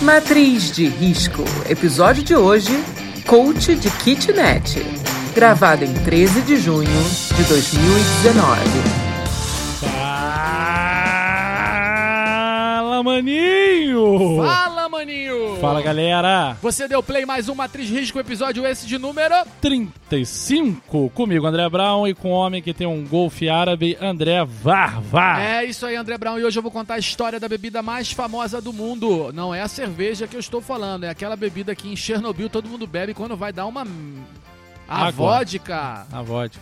Matriz de Risco, episódio de hoje, coach de kitnet, gravado em 13 de junho de 2019. Fala, maninho! Fala, maninho! Fala, galera! Você deu play mais um Matriz Risco, episódio esse de número... 35, comigo André Brown e com o homem que tem um golfe árabe, André Varvar. É isso aí, André Brown. E hoje eu vou contar a história da bebida mais famosa do mundo. Não é a cerveja que eu estou falando, é aquela bebida que em Chernobyl todo mundo bebe quando vai dar uma... A Água. vodka! A vodka.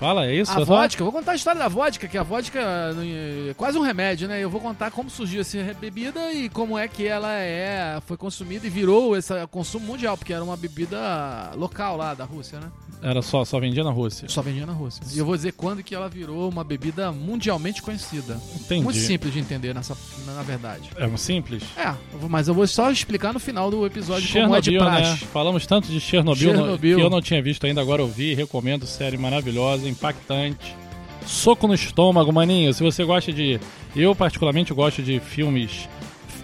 Fala, é isso? A É só- vodka, eu vou contar a história da vodka, que a vodka eh, é quase um remédio, né? Eu vou contar como surgiu essa bebida e como é que ela é, foi consumida e virou esse consumo mundial, porque era uma bebida local lá da Rússia, né? Era só, só vendia na Rússia. Só vendia na Rússia. E eu vou dizer quando que ela virou uma bebida mundialmente conhecida. Entendi. Muito simples de entender, nessa, na, na verdade. É simples. É, eu vou- mas eu vou só explicar no final do episódio como é de Chernobyl, né? praxe. Falamos tanto de Chernobyl, no- Chernobyl. que eu não tinha visto ainda, agora eu vi. Recomendo, série maravilhosa, impactante. Soco no estômago, maninho. Se você gosta de. Eu, particularmente, gosto de filmes,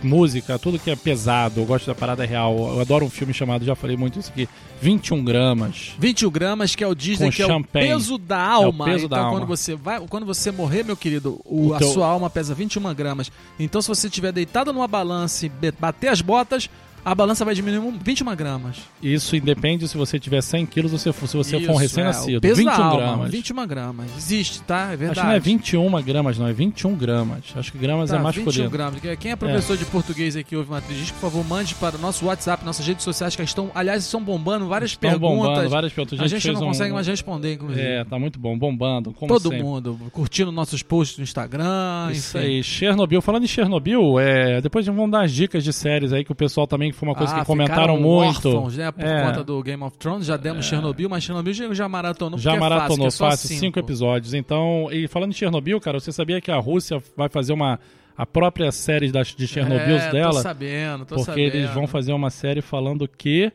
música, tudo que é pesado. Eu gosto da parada real. Eu adoro um filme chamado, já falei muito isso aqui, 21 gramas. 21 gramas, que é o dizem Com que é o champanhe. peso da alma. É o peso então, da quando alma. você vai, quando você morrer, meu querido, o- O a teu- sua alma pesa 21 gramas. Então, se você estiver deitado numa balança e be- bater as botas, a balança vai diminuir um- 21 gramas. Isso independe se você tiver 100 quilos ou se for- se você Isso, for um é, o recém-nascido. peso 21 da alma, gramas. 21 gramas. Existe, tá? É verdade. Acho que não é 21 gramas, não. É 21 gramas. Acho que gramas Tá, é 21 masculino. gramas. Quem é professor de português aqui ouve Matriz Disco, por favor, mande para o nosso WhatsApp, nossas redes sociais que estão, aliás, estão bombando várias Estão perguntas. bombando, várias perguntas. A gente gente, fez não um- consegue mais responder, inclusive. É, tá muito bom. Bombando, como Todo sempre. mundo curtindo nossos posts no Instagram, Ah, Isso enfim. aí, Chernobyl. Falando em Chernobyl, é, depois vamos dar as dicas de séries aí que o pessoal também foi uma coisa Ah, que comentaram ficaram muito. Órfãos, né? Por É, conta do Game of Thrones, já demos Chernobyl, mas Chernobyl já maratonou Já porque maratonou é fácil, que é só fácil, cinco. cinco episódios. Então, e falando em Chernobyl, cara, você sabia que a Rússia vai fazer uma a própria série das, de Chernobyl é, dela? Tô sabendo, tô porque sabendo. eles vão fazer uma série falando que,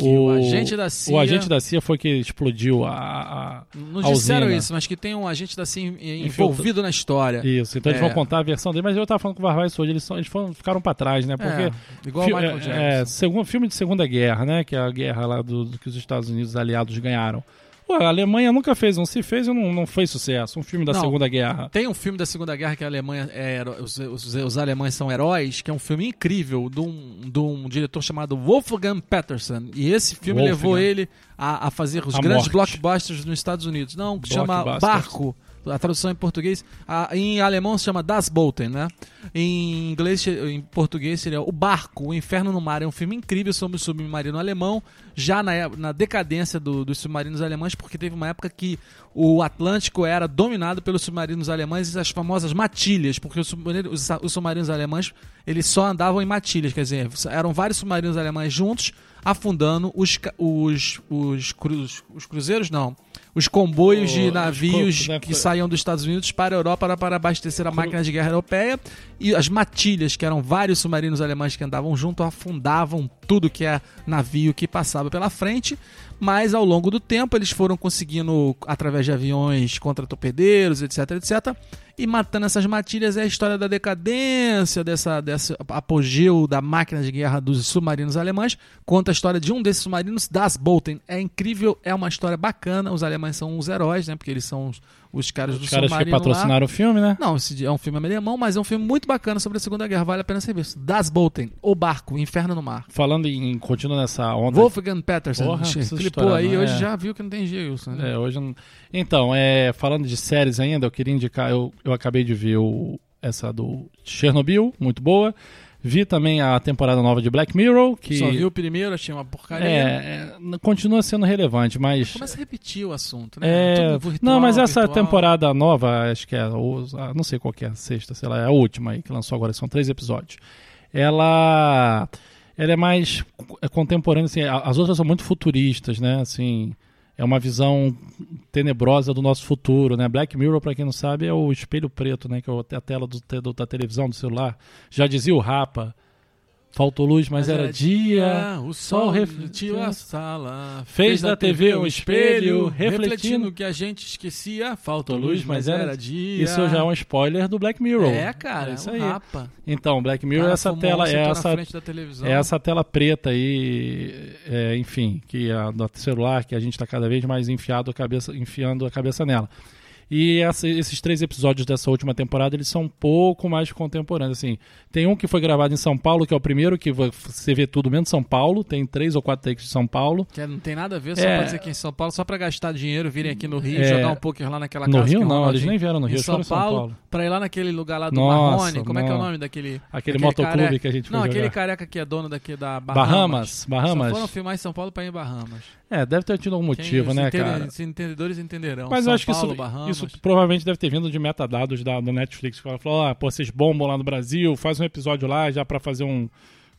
o agente da CIA o agente da CIA foi que explodiu a, a Não a disseram usina. isso, mas que tem um agente da CIA em- Infiltra- envolvido na história. Isso, então eles É. vão contar a versão dele, mas eu tava falando com o Varvai isso hoje, eles, são, eles foram- ficaram pra trás, né? Porque. É, igual o Michael Jackson. É, segun- filme de Segunda Guerra, né? Que é a guerra lá do, do que os Estados Unidos aliados ganharam. Pô, a Alemanha nunca fez, não se fez e não, não foi sucesso. Um filme da Não. Segunda Guerra. Tem um filme da Segunda Guerra que a Alemanha é heró- os, os- os alemães são heróis, que é um filme incrível de um, de um diretor chamado Wolfgang Peterson. E esse filme Wolfgang. levou ele a, a fazer os A grandes morte. blockbusters nos Estados Unidos. Não, que chama Blockbusters. Barco. A tradução em português, a- em alemão se chama Das Boten, né? Em inglês, em português seria O Barco, O Inferno no Mar. É um filme incrível sobre o submarino alemão, já na, é- na decadência do- dos submarinos alemães, porque teve uma época que o Atlântico era dominado pelos submarinos alemães e as famosas matilhas, porque os submarinos, os sa- os submarinos alemães eles só andavam em matilhas, quer dizer, eram vários submarinos alemães juntos, afundando os, ca- os, os, cruz, os cruzeiros, não, os comboios de Os navios co- né, que saíam dos Estados Unidos para a Europa para, para abastecer a máquina de guerra europeia e as matilhas, que eram vários submarinos alemães que andavam junto, afundavam tudo que é navio que passava pela frente. Mas ao longo do tempo eles foram conseguindo, através de aviões contra torpedeiros, etc, etc, e matando essas matilhas é a história da decadência, dessa, desse apogeu da máquina de guerra dos submarinos alemães. Conta a história de um desses submarinos, Das Bolten. É incrível, é uma história bacana. Os alemães são os heróis, né? Porque eles são os, os caras do Os caras que um submarino lá. patrocinaram o filme, né? Não, esse é um filme alemão, mas é um filme muito bacana sobre a Segunda Guerra. Vale a pena ser visto. Das Bolten, O Barco, Inferno no Mar. Falando em. Continuando nessa onda. Wolfgang Peterson. Porra, Che- preciso Clipou estourar, aí, não é? hoje já viu que não tem Gilson, né? É, hoje eu não- Então, é, falando de séries ainda, eu queria indicar. Eu, eu acabei de ver o- essa do Chernobyl, muito boa. Vi também a temporada nova de Black Mirror, que Só viu o primeiro, achei uma porcaria. é, é, continua sendo relevante, mas Começa a repetir o assunto, assim, né? é, Tudo virtual, não, mas essa virtual. temporada nova, acho que é, ou, ah, não sei qual que é, a sexta, sei lá, é a última aí que lançou agora, são três episódios. Ela, ela é mais co- é contemporânea, assim, a- as outras são muito futuristas, né? Assim, é uma visão tenebrosa do nosso futuro, né? Black Mirror, para quem não sabe, é o espelho preto, né? Que é o- a tela do, te- do- da televisão, do celular. Já dizia o Rapa, faltou luz, mas, era, dia. sol o sol refletiu refletiu a a sala, fez da TV um espelho, refletindo o que a gente esquecia, Faltou faltou luz, mas era dia. Isso já é um spoiler do Black Mirror. É, cara, É isso isso aí. aí. Rapa. Então, Black Mirror é Cara, essa fumou tela, é um setor na essa, frente da televisão. é essa tela preta aí, é, enfim, que a do celular, que a gente está cada vez mais enfiado a cabeça, enfiando a cabeça nela. E essa- esses três episódios dessa última temporada, eles são um pouco mais contemporâneos, assim. Tem um que foi gravado em São Paulo, que é o primeiro que vo- você vê tudo menos São Paulo, tem três ou quatro takes de São Paulo. Que não tem nada a ver, só É. pra dizer que em São Paulo, só pra gastar dinheiro, virem aqui no Rio, É. jogar um poker lá naquela No casa. Rio que o não, eles Ronaldinho- nem vieram no Rio, em eles São foram em São Paulo, Paulo. pra ir lá naquele lugar lá do Nossa, Marrone, como é que é o não. nome daquele... Aquele motoclube careca- que a gente Não, foi aquele jogar. careca que é dono daqui da Bahamas, Bahamas. Bahamas. Só foram filmar em São Paulo pra ir em Bahamas. É, deve ter tido algum Quem- motivo, os né, entende- cara? Os entendedores entenderão. Mas São eu acho que Paulo, isso, é Bahamas. isso provavelmente deve ter vindo de metadados da, da Netflix. que Ela falou, ah, pô, vocês bombam lá no Brasil, faz um episódio lá já pra fazer um.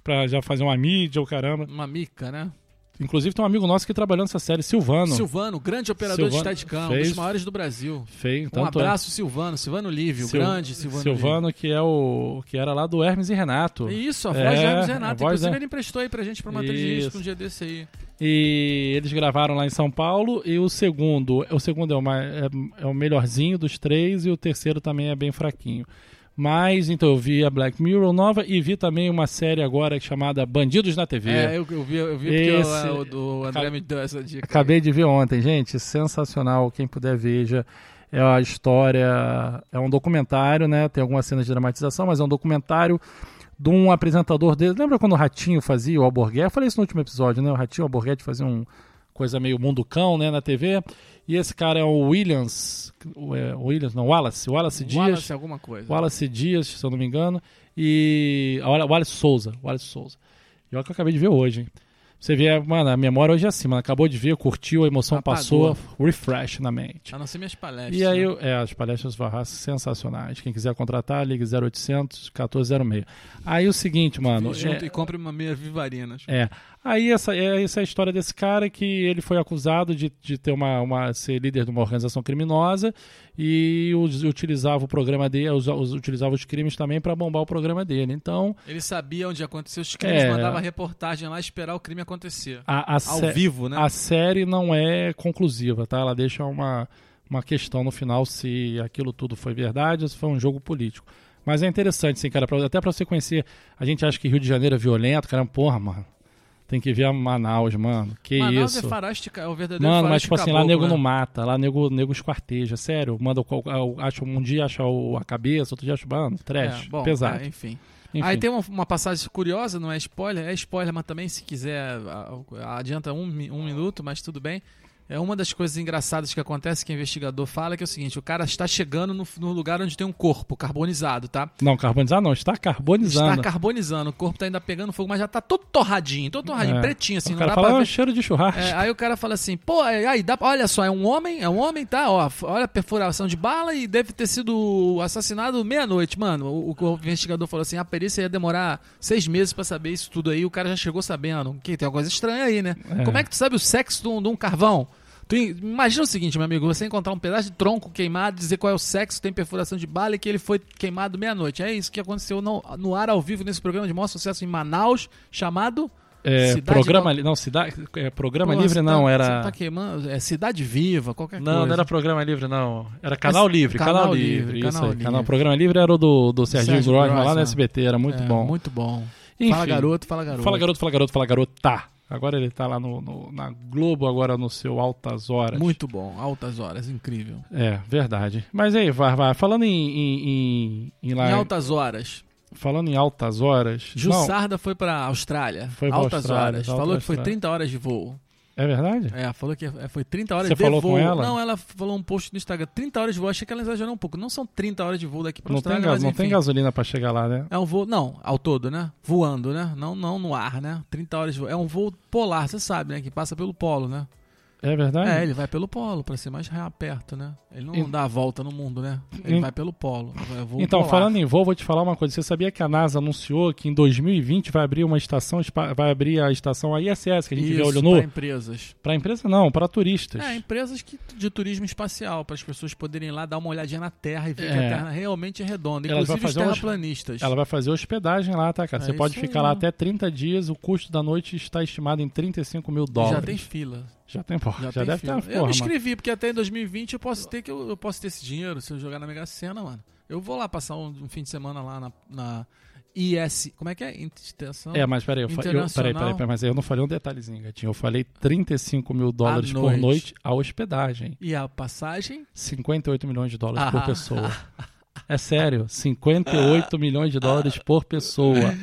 Pra já fazer uma mídia, o caramba. Uma mica, né? Inclusive tem um amigo nosso que trabalhou nessa série, Silvano. Silvano, grande operador Silvano de Steadicam, um fez- dos maiores do Brasil. Feio, Um tanto é. abraço, Silvano. Silvano Lívio, Sil- grande Silvano Lívio. Silvano, que é o. que era lá do Hermes e Renato. Isso, a voz É, de Hermes a Renato. voz Inclusive, da- ele emprestou aí pra gente pra uma trilha de disco Isso. um dia desse aí. E eles gravaram lá em São Paulo. E o segundo, o segundo é, o ma- é- é o melhorzinho dos três, e o terceiro também é bem fraquinho. Mas então eu vi a Black Mirror nova e vi também uma série agora chamada Bandidos na TV. É, eu, eu vi, eu vi porque eu- Esse- eu- o do André me deu essa dica. Acabei de ver ontem, gente, sensacional. Quem puder veja. É a história, é um documentário, né? Tem algumas cenas de dramatização, mas é um documentário de um apresentador dele. Lembra quando o Ratinho fazia o Alborguete? Eu falei isso no último episódio, né? O Ratinho e o Alborguete faziam um coisa meio munducão, né, na TV. E esse cara é o Williams, o, é, Williams, não, Wallace, Wallace Dias. Wallace, alguma coisa. Wallace Dias, se eu não me engano, e a Wala- Wallace Souza, Wallace Souza. E olha o que eu acabei de ver hoje, hein? Você vê, mano, a memória hoje é assim, mano, acabou de ver, curtiu, a emoção Apagou. passou, refresh na mente. A não ser minhas palestras. E aí, né? eu- é, as palestras Varras sensacionais. Quem quiser contratar, ligue 0800 1406. Aí o seguinte, mano, Junto é- e compre uma meia vivarinas. é. Aí essa é, essa é a história desse cara que ele foi acusado de, de ter uma, uma- ser líder de uma organização criminosa e us- utilizava o programa dele, usa- us- utilizava os crimes também para bombar o programa dele. Então, Ele sabia onde aconteceu os crimes, É. mandava reportagem lá esperar o crime acontecer. a, a sé- Ao vivo, né? a série não é conclusiva, tá? Ela deixa uma, uma questão no final se aquilo tudo foi verdade ou se foi um jogo político. Mas é interessante, sim, cara, pra- até pra você conhecer. A gente acha que Rio de Janeiro é violento, cara, porra, mano. Tem que ver a Manaus, mano. Que Manaus isso? é farástica, é o verdadeiro Mano, mas faroeste tipo assim, lá caboclo, nego não né? mata, lá nego, nego esquarteja, sério. Manda o qual- o- acha um dia acha o- a cabeça, outro dia acha, mano, trash, É, bom, pesado. é, enfim. Enfim. Aí tem uma, uma passagem curiosa, não é spoiler, é spoiler, mas também se quiser a- a- adianta um, mi- um minuto, mas tudo bem. É uma das coisas engraçadas que acontece que o investigador fala que é o seguinte: o cara está chegando no, no lugar onde tem um corpo carbonizado, tá? Não, carbonizar não, está carbonizando. Está carbonizando, o corpo tá ainda pegando fogo, mas já tá todo torradinho, todo torradinho, É. pretinho, assim, o não cara dá fala, pra "Ah, ver. cheiro de churrasco. É, aí o cara fala assim, pô, é- aí dá, olha só, é um homem, é um homem, tá? Ó, f- olha a perfuração de bala e deve ter sido assassinado meia-noite, mano. O, o- o investigador falou assim, a perícia ia demorar seis meses pra saber isso tudo aí, o cara já chegou sabendo. Que tem alguma coisa estranha aí, né? Como é que tu sabe o sexo de um, de um carvão? Tu im- imagina o seguinte, meu amigo, você encontrar um pedaço de tronco queimado, dizer qual é o sexo, tem perfuração de bala e que ele foi queimado meia-noite. É isso que aconteceu no, no ar ao vivo nesse programa de maior sucesso em Manaus, chamado... É, Cidade programa Nova- li- não, cidade, é, programa Porra, livre você não, tá- era você tá queimando. É Cidade Viva, qualquer coisa. Não, não era programa livre não, era canal Mas- livre, canal, Canal livre, Livre, isso Canal aí. Livre. Canal programa livre era o do, do Serginho Sérgio Grosman lá Grossman. no SBT, era muito É, bom. Muito bom. Fala Enfim. garoto, fala garoto. Fala garoto, fala garoto, fala garota. Agora ele tá lá no, no- na Globo agora no seu altas horas. Muito bom, altas horas, incrível. É, verdade. Mas aí, Varvar, falando em, em, em, em lá- Em altas horas. falando em altas horas. não, Jussarda foi pra Austrália. Foi pra altas Austrália, horas. altas Falou que foi Austrália. 30 horas de voo. É verdade? É, falou que é, foi 30 horas Você de falou voo. com ela? Não, ela falou um post no Instagram, 30 horas de voo, achei que ela exagerou um pouco. Não são 30 horas de voo daqui pra Não, tem, Austrália, ga- mas não enfim. tem gasolina pra chegar lá, né? É um voo, não, ao todo, né? Voando, né? Não, não no ar, né? 30 horas de voo. É um voo polar, você sabe, né? Que passa pelo polo, né? É verdade? É, ele vai pelo polo, pra ser mais ra- perto, né? Ele não E- dá a volta no mundo, né? Ele E- vai pelo polo. vai- voo Então, polar. falando em voo, vou te falar uma coisa. Você sabia que a NASA anunciou que em 2020 vai abrir uma estação, espa- vai abrir a estação ISS, que a gente vê Isso, olho nu? pra empresas. Pra empresa não, pra turistas. É, empresas que, de turismo espacial, para as pessoas poderem ir lá dar uma olhadinha na Terra e ver que É. a Terra realmente é redonda. Ela vai Inclusive os fazer umas- terraplanistas. Ela vai fazer hospedagem lá, tá, cara? É Você pode isso aí, ficar lá né? até 30 dias, o custo da noite está estimado em 35 mil dólares. Já tem fila. Já tem, porra. Já, Já, tem deve ter fila. uma né? eu me porra, mano. inscrevi, porque até em 2020 eu posso ter, que eu, eu posso ter esse dinheiro se eu jogar na Mega Sena, mano. Eu vou lá passar um, um fim de semana lá na, na IS. Como é que é? Instituição? É, mas peraí, eu, fa- eu- peraí, peraí, Internacional. peraí, mas eu não falei um detalhezinho, gatinho. Eu falei 35 mil dólares por noite. noite a hospedagem. E a passagem? 58 milhões de dólares por Ah. pessoa. É sério, 58 milhões de dólares por pessoa.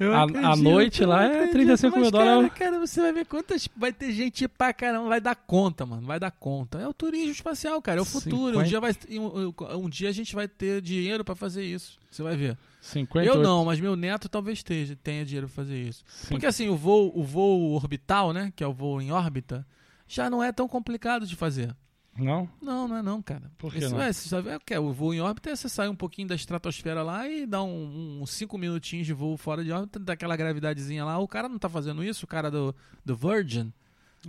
Eu A- a acredito, noite eu lá é acredito, 35 mil mas, dólares. Cara, cara, você vai ver quantas. Vai ter gente pra caramba, vai dar conta, mano. Vai dar conta. É o turismo espacial, cara. É o futuro. Um 50. dia, vai, um, um dia a gente vai ter dinheiro pra fazer isso. Você vai ver. 58, Eu não, mas meu neto talvez esteja, tenha dinheiro pra fazer isso. Porque assim, o voo, o voo orbital, né? Que é o voo em órbita, já não é tão complicado de fazer. Não? Não, não é não, cara. Por que Esse- não? É, você sabe, é o que é, o voo em órbita é você sair um pouquinho da estratosfera lá e dar um- uns 5 minutinhos de voo fora de órbita, daquela gravidadezinha lá. O cara não tá fazendo isso, o cara do, do Virgin.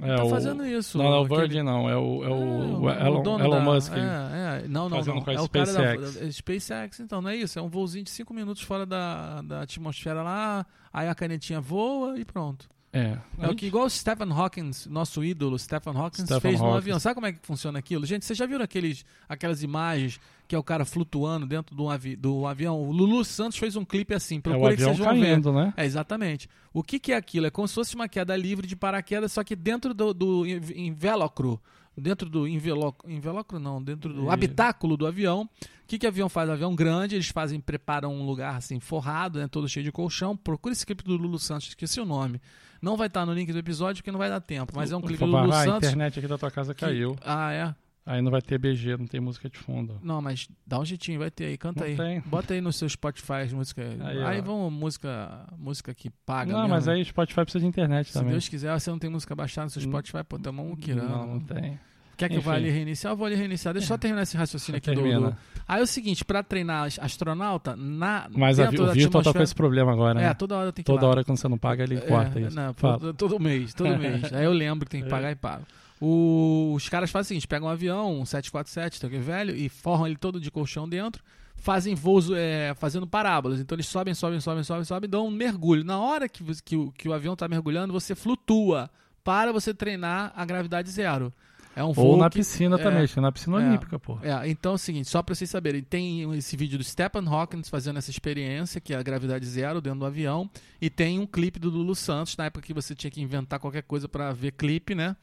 É tá o- fazendo isso, Não, não é o aquele- Virgin, não. É o, é o, o É, Elon, dono Elon da- Musk. É, é, não, não, fazendo não. com a é o cara da- SpaceX. da- SpaceX, então, não é isso. É um voozinho de 5 minutos fora da, da atmosfera lá, aí a canetinha voa e pronto. É. É o que igual o Stephen Hawking, nosso ídolo Stephen Hawking, Stephen fez no Hawking. avião. Sabe como é que funciona aquilo? Gente, vocês já viram aqueles, aquelas imagens que é o cara flutuando dentro do, avi- do avião? O Lulu Santos fez um clipe assim, É o procura que avião vocês vão ver. caindo, né? É, exatamente. O que, que é aquilo? É como se fosse uma queda livre de paraquedas, só que dentro do, do en- envelocro. Dentro do envelocro, envelocro não, dentro do E- habitáculo do avião. O que, que avião faz? Avião grande, eles fazem, preparam um lugar assim, forrado, né, todo cheio de colchão. Procura esse clipe do Lulu Santos, esqueci o nome. Não vai estar no link do episódio porque não vai dar tempo, mas é um clipe do Lulu Ah, a Santos. internet aqui da tua casa que- caiu. Ah, é? Aí não vai ter BG, não tem música de fundo. Não, mas dá um jeitinho, vai ter aí, canta Não aí. tem. Bota aí no seu Spotify as músicas. Aí, Aí, ó. vão música, música que paga. não, mesmo, mas né? aí Spotify precisa de internet Se também. Deus quiser, você não tem música baixada no seu Hum. Spotify, pô, tamo um não, não quirando. tem. Quer que eu vá Enfim. É. ali reiniciar? Eu vou ali reiniciar. Deixa eu só terminar esse raciocínio aqui do, Termina. do. Aí é o seguinte, pra treinar as- astronauta, na. Mas a dentro Vi- o da Vitor tá com atmosfera- esse problema agora, É, né? toda hora tem que ir Toda lá. hora quando você não paga, ele corta É, isso. não, Fala. É. todo- todo mês, todo mês. Aí eu lembro que tem que pagar e pago. O- os caras fazem o seguinte: pegam um avião, um 747, tanque velho, e forram ele todo de colchão dentro, fazem voos é, fazendo parábolas. Então eles sobem, sobem, sobem, sobem, sobem, dão um mergulho. Na hora que, você- que o- que o avião tá mergulhando, você flutua para você treinar a gravidade zero. É um Ou voo na que- piscina é, também, acho que é na piscina é. olímpica, pô. é, então é o seguinte, só pra vocês saberem, tem esse vídeo do Stephen Hawking fazendo essa experiência, que é a gravidade zero dentro do avião, e tem um clipe do Lulu Santos, na época que você tinha que inventar qualquer coisa pra ver clipe, né?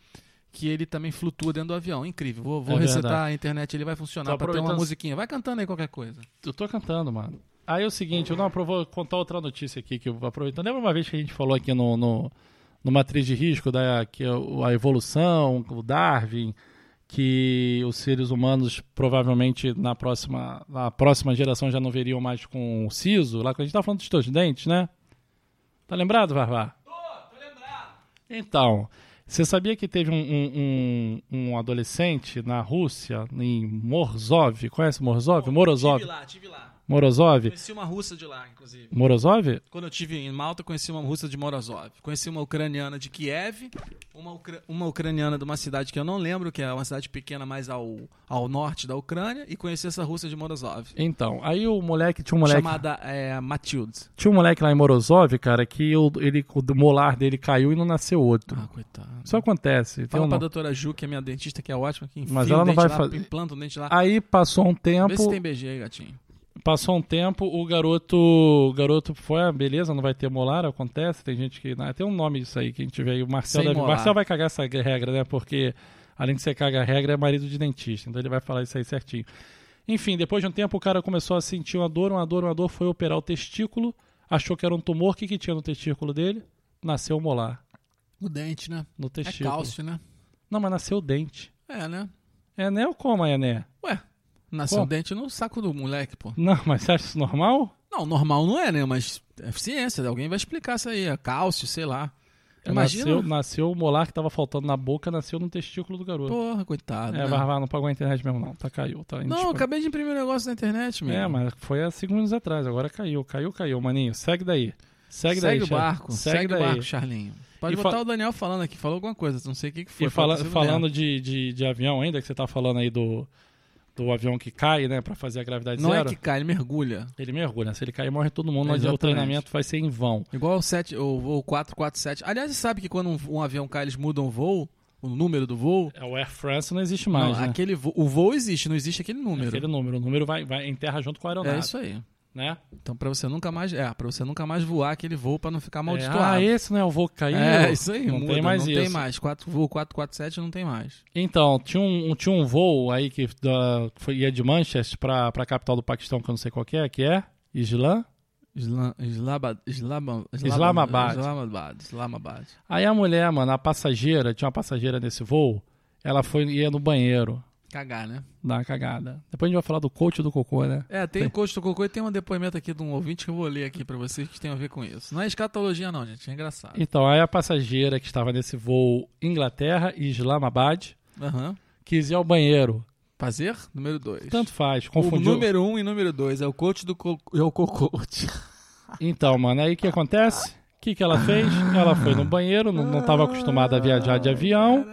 Que ele também flutua dentro do avião. Incrível. Vou, vou É resetar verdade. a internet, ele vai funcionar Tô pra ter uma aproveitando- musiquinha. Vai cantando aí qualquer coisa. Eu tô cantando, mano. Aí é o seguinte, eu não eu vou contar outra notícia aqui que eu vou aproveitando. Lembra uma vez que a gente falou aqui no, no, no Matriz de Risco, da, que é o- a evolução, o Darwin, que os seres humanos provavelmente na próxima, na próxima geração já não veriam mais com o siso, lá quando a gente tá falando dos teus dentes, né? Tá lembrado, Varvá? Tô, tô lembrado. Então, você sabia que teve um, um, um- um adolescente na Rússia, em Morzov, conhece Morzov? Morozov. lá, tive lá. Morozov? Conheci uma russa de lá, inclusive. Morozov? Quando eu tive em Malta, conheci uma russa de Morozov. Conheci uma ucraniana de Kiev, uma, ucra- uma ucraniana de uma cidade que eu não lembro, que é uma cidade pequena mais ao, ao norte da Ucrânia, e conheci essa russa de Morozov. Então, aí o moleque tinha um moleque. Chamada é, Matilde. Tinha um moleque lá em Morozov, cara, que o, ele, o do molar dele caiu e não nasceu outro. Ah, coitado. Isso acontece. Fala então pra não. doutora Ju, que é minha dentista, que é ótima, que enfia Mas o ela não dente vai lá, fazer- implanta o dente lá. Aí passou um Vê se tempo. tem BG aí, gatinho. Passou um tempo, o garoto. O garoto foi, ah, beleza, não vai ter molar, acontece. Tem gente que. ah, Tem um nome disso aí, quem tiver aí. O Marcel Sem deve. molar. Marcel vai cagar essa regra, né? Porque, além de você cagar a regra, é marido de dentista. Então ele vai falar isso aí certinho. Enfim, depois de um tempo o cara começou a sentir uma dor, uma dor, uma dor, foi operar o testículo, achou que era um tumor, o que, que tinha no testículo dele? Nasceu um molar. O dente, né? No testículo. É cálcio, né? Não, mas nasceu o dente. É, né? É né ou como é né? Ué, nasceu Pô. o dente no saco do moleque, pô. Não, mas você acha isso normal? Não, normal não é, né? Mas é ciência, alguém vai explicar isso aí. É cálcio, sei lá. Imagina. É Nasceu, nasceu o molar que tava faltando na boca, nasceu no testículo do garoto. Porra, coitado. é, né? Barbara, não pagou a internet mesmo não. Tá, caiu. Tá Não, eu indisponível. acabei de imprimir um negócio na internet, meu. É, mas foi há cinco minutos atrás. Agora caiu, caiu, caiu. Maninho, segue daí. Segue, Segue, daí, o Char- barco, Segue, segue, daí. o barco, Charlinho. Pode E botar fa- o Daniel falando aqui, falou alguma coisa, não sei o que, que foi. e fala- pode ter sido falando merda. de, de, de avião ainda, que você tá falando aí do, do avião que cai, né, pra fazer a gravidade Não é zero. que cai, ele mergulha. Ele mergulha. né? Se ele cair, morre todo mundo. Mas o Exatamente. treinamento vai ser em vão. Igual o 7, ou voo 447. Aliás, você sabe que quando um, um avião cai, eles mudam o voo, o número do voo? É, O Air France não existe mais, não, né? aquele voo, o voo existe, não existe aquele número. Aquele número. O número vai, vai enterra junto com a aeronave, É isso aí. né? Então pra você nunca mais, é, para você nunca mais voar aquele voo pra não ficar É, amaldiçoado. ah, esse não é o voo que caiu. É, isso aí, Não muda, tem mais não isso. tem mais. Quatro, voo 447 não tem mais. Então, tinha um, um- tinha um voo aí que da- foi- ia de Manchester pra, pra capital do Paquistão, que eu não sei qual que é, que é Islã. Isla- Islaba- Islaba- Islaba- Islamabad. Islamabad. Islamabad. Aí a mulher, mano, a passageira, tinha uma passageira nesse voo, ela foi ia no banheiro Cagar, né? dar uma cagada. Depois a gente vai falar do coach do cocô, né? É, tem o coach do Cocô e tem um depoimento aqui de um ouvinte que eu vou ler aqui pra vocês que tem a ver com isso. Não é escatologia não, gente, é engraçado. Então, aí a passageira que estava nesse voo Inglaterra e Islamabad Aham. quis ir ao banheiro. Fazer? Número 2. Tanto faz, O confundiu. número 1 um e número 2 é o coach do Cocô. É o Cocô. Então, mano, aí o que acontece? O que, que ela fez? Ela foi no banheiro, não, não tava acostumada a viajar de avião.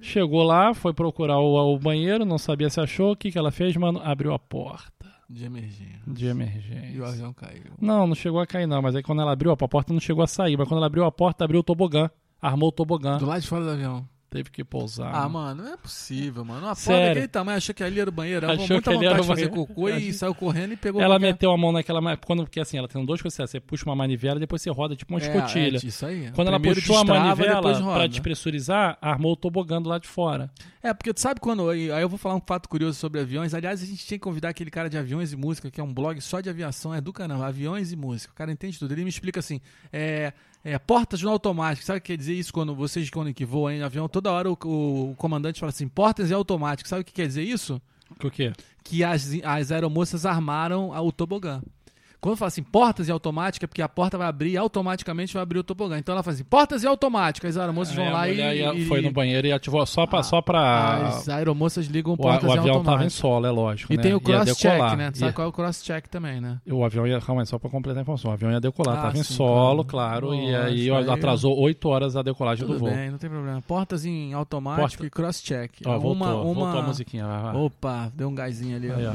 Chegou lá, foi procurar o, o banheiro, não sabia se achou. O que, que ela fez, mano? Abriu a porta De emergência. de E o emergência. avião caiu. Não, não chegou a cair, não. Mas aí quando ela abriu a porta, não chegou a sair. Mas quando ela abriu a porta, abriu o tobogã. Armou o tobogã. Do lado de fora do avião. Teve que pousar. Ah, mano, não é possível, mano. Uma porta Sério. daquele tamanho, achou que ali era o banheiro. Ela Achou com muita que ali era vontade o de fazer banheiro. cocô e saiu correndo e pegou... Ela qualquer- meteu a mão naquela. ma- Quando, porque assim, ela tem dois processos. Você puxa uma manivela e depois você roda tipo uma É, escotilha. é, isso aí. Quando ela Primeiro puxou a destrava, manivela depois roda. pra despressurizar, armou o tobogã do lado de fora. É, porque tu sabe quando. Aí aí eu vou falar um fato curioso sobre aviões. Aliás, a gente tinha que convidar aquele cara de aviões e música, que é um blog só de aviação, é do canal, aviões e música. O cara entende tudo. Ele me explica assim: é, é, portas no automático. Sabe o que quer dizer isso quando vocês quando que voam em avião? Toda hora o, o- o comandante fala assim: portas e automático. Sabe o que quer dizer isso? O quê? Que as, as aeromoças armaram a- o tobogã. Quando fala assim, portas e automática, é porque a porta vai abrir e automaticamente vai abrir o tobogã. Então ela fala assim, portas e automáticas, as Aí aeromoças vão É, a lá mulher e, ia- e- Ah, foi no banheiro e ativou só pra. só pra as aeromoças ligam o, a- portas o em avião tava em automático. solo, é lógico. E né? tem o Ia cross-check, decolar. né? Tu Sabe Ia- qual é o cross-check também, né? O avião ia. Calma aí, só pra completar a informação. O avião ia decolar, Ah, tava em sim, solo, claro. claro. e aí, Nossa, aí- atrasou oito horas a decolagem do Tudo voo. bem, não tem problema. Portas em automático Porta. e cross-check. Ó, voltou, uma, uma... voltou a musiquinha. Vai, vai. Opa, deu um gásinho ali. ó. Aí, ó.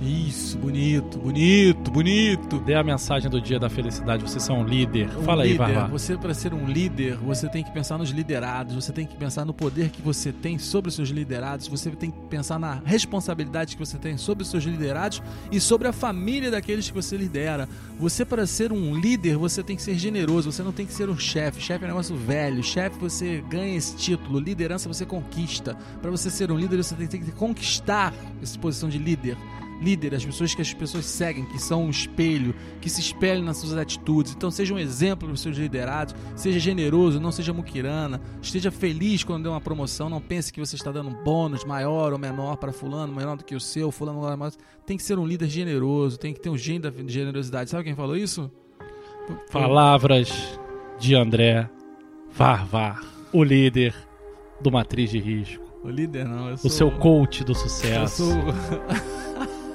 Isso, bonito, bonito, bonito. Dê a mensagem do dia da felicidade. Vocês são um líder. Um Fala aí, líder, Varvá. Você, para ser um líder, você tem que pensar nos liderados, você tem que pensar no poder que você tem sobre os seus liderados, você tem que pensar na responsabilidade que você tem sobre os seus liderados e sobre a família daqueles que você lidera. Você, para ser um líder, você tem que ser generoso, você não tem que ser um chefe. Chefe é um negócio velho, chefe você ganha esse título, liderança você conquista. Para você ser um líder, você tem que conquistar essa posição de líder líder, as pessoas que as pessoas seguem, que são um espelho, que se espelham nas suas atitudes. Então seja um exemplo para os seus liderados, seja generoso, não seja muquirana, esteja feliz quando der uma promoção, não pense que você está dando um bônus maior ou menor para fulano, maior do que o seu, fulano maior, maior. Tem que ser um líder generoso, tem que ter um gênio da generosidade. Sabe quem falou isso? um Palavras de André Varvar, o líder do Matriz de Risco, O líder não, eu o sou... seu coach do Eu sucesso. sou...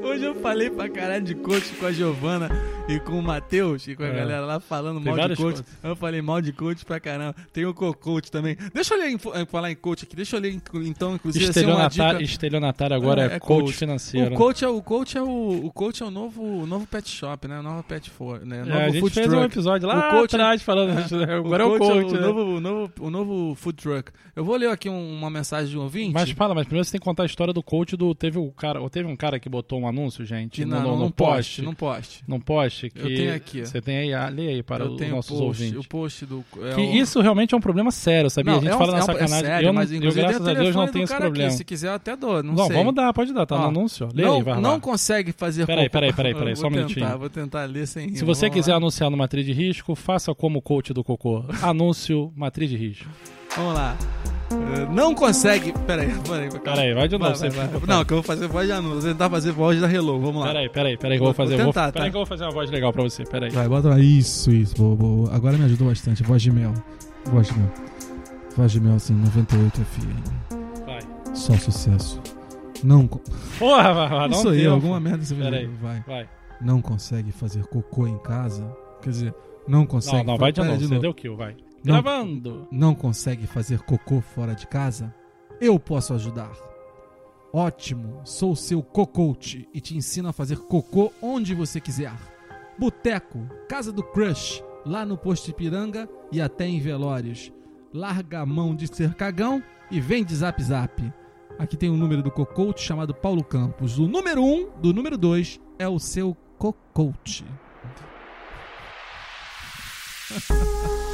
Hoje eu falei pra caralho de coach com a Giovana e com o Matheus e com a É. galera lá falando Tem mal de vários coach. coaches. Eu falei mal de coach pra caramba. Tem o co-coach também. Deixa eu ler, em fo- eh, falar em coach aqui. Deixa eu ler, inclu- então, inclusive, assim, uma Estelionatário, dica. estelionatário agora é, coach, financeiro. O coach é o coach é o, o coach é o novo o novo pet shop, né? O novo pet for, né? O É, novo a gente food fez um truck. episódio lá O coach- né? atrás falando. agora é o coach. o, né? novo, o novo o novo food truck. Eu vou ler aqui um- uma mensagem de um ouvinte. Mas fala, mas primeiro você tem que contar a história do coach do. Teve, o cara, teve um cara que botou um anúncio, gente. Que no, não, no- não, no não poste, não poste. Num poste que Eu tenho aqui, ó. você tem aí, ah, lê aí para eu os tenho o nossos post, ouvintes. o post do... é Que o- isso realmente é um problema sério, sabia? Não, a gente é um- fala é na um- é sacanagem. sério, eu, não- mas eu, inclusive, graças tem a o Deus, não telefone tenho do esse cara aqui, problema. se quiser eu até dou, não, Não, sei. vamos dar, pode dar, tá Ó, no anúncio. ó. Lê não, aí, vai lá. não consegue fazer... Peraí, com- peraí, peraí, peraí, Eu só um vou minutinho. Tentar, vou tentar ler sem rima, Se você vamos quiser lá. anunciar no Matriz de Risco, faça como o coach do Cocô. Anúncio Matriz de Risco. Vamos lá. Eh, Não consegue. Peraí, peraí, calma. Peraí, vai de novo, Vai, você vai, fica- vai. Não, que eu vou fazer voz da Nula. Vou tentar fazer voz da Hello. Vamos lá. Peraí, peraí, peraí que eu vou Vou fazer. tentar, vou, peraí tá? que eu vou fazer uma voz legal pra você, peraí. Vai, bota lá. Isso, isso. Boa, boa. Agora me ajudou bastante. Voz de mel. Voz de mel. Voz de mel, assim, 98 FM. Vai. Só sucesso. Não. co- Porra, vai, vai, Não dá um sou eu, tempo. alguma merda você vai. Peraí. Vai. Vai. Não consegue fazer cocô em casa? Quer dizer, não consegue. Não, não, vai de Pera, novo. Você deu kill, vai. Não. Gravando. Não consegue fazer cocô fora de casa? Eu posso ajudar. Ótimo, sou seu cocote e te ensino a fazer cocô onde você quiser. Boteco, casa do crush, lá no posto Ipiranga e até em velórios. Larga a mão de ser cagão e vem de zap zap. Aqui tem o número do cocote chamado Paulo Campos. O número 1 um, do número 2 é o seu cocote.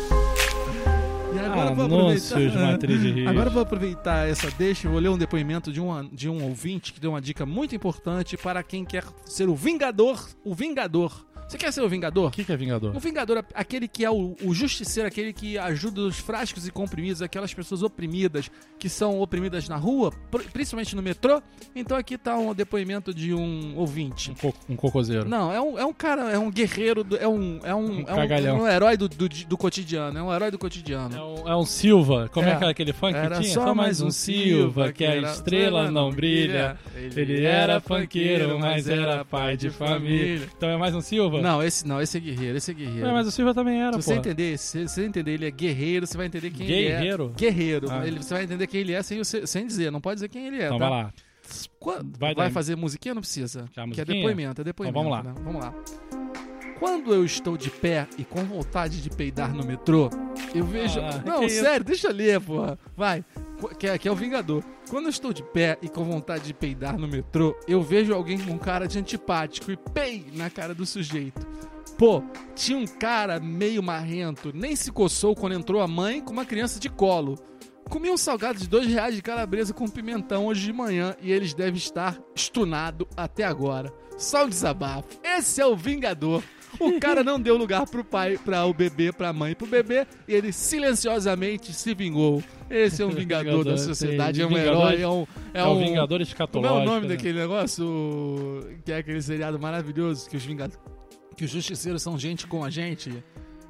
E agora Ah, eu vou aproveitar- Anúncios Matriz de Risco. Agora eu vou aproveitar essa deixa e vou ler um depoimento de um, de um ouvinte que deu uma dica muito importante para quem quer ser o Vingador. O Vingador. Você quer ser o Vingador? O que, que é Vingador? O Vingador é aquele que é o, o justiceiro, aquele que ajuda os frascos e comprimidos, aquelas pessoas oprimidas que são oprimidas na rua, pr- principalmente no metrô. Então aqui está um depoimento de um ouvinte. Um, co um cocoseiro. Não, é um, é um cara, é um guerreiro, do- é um é um, é um, cagalhão. é um herói do, do, do cotidiano, é um herói do cotidiano. É um, é um Silva. Como é, É. que era aquele funk Era que tinha? Só mais um Silva, que a era- estrela não brilha. Ele era funkeiro, mas era pai de família. Então é mais um Silva? Não, esse não, esse é guerreiro, esse é guerreiro. Não, mas o Silva também era, se pô. você entender, se você entender, ele é guerreiro, você vai entender quem Guerreiro? ele é. Guerreiro? Ah. Ele, você vai entender quem ele é sem, você- sem dizer, não pode dizer quem ele é, Então tá? vai lá. Qua- Vai Vai, daí. fazer musiquinha ou não Já precisa? a que é musiquinha? depoimento, é depoimento. Então vamos lá. né? Vamos lá. Quando eu estou de pé e com vontade de peidar no metrô, eu vejo. Ah, que não, isso? sério, deixa eu ler, porra. Vai. Qu- Que é, que é o Vingador. Quando eu estou de pé e com vontade de peidar no metrô, eu vejo alguém com cara de antipático e pei na cara do sujeito. Pô, tinha um cara meio marrento, nem se coçou quando entrou a mãe com uma criança de colo. Comi um salgado de dois reais de calabresa com pimentão hoje de manhã e eles devem estar estunado até agora. Só um desabafo. Esse é o Vingador. O cara não deu lugar pro pai, pra o bebê, pra mãe, pro bebê, e ele silenciosamente se vingou. Esse é um vingador da sociedade, é um Vingador- herói, é um. É, o Vingador Como é escatológico. o nome né? daquele negócio? O- Que é aquele seriado maravilhoso que os Vingadores. Que os justiceiros são gente como a gente.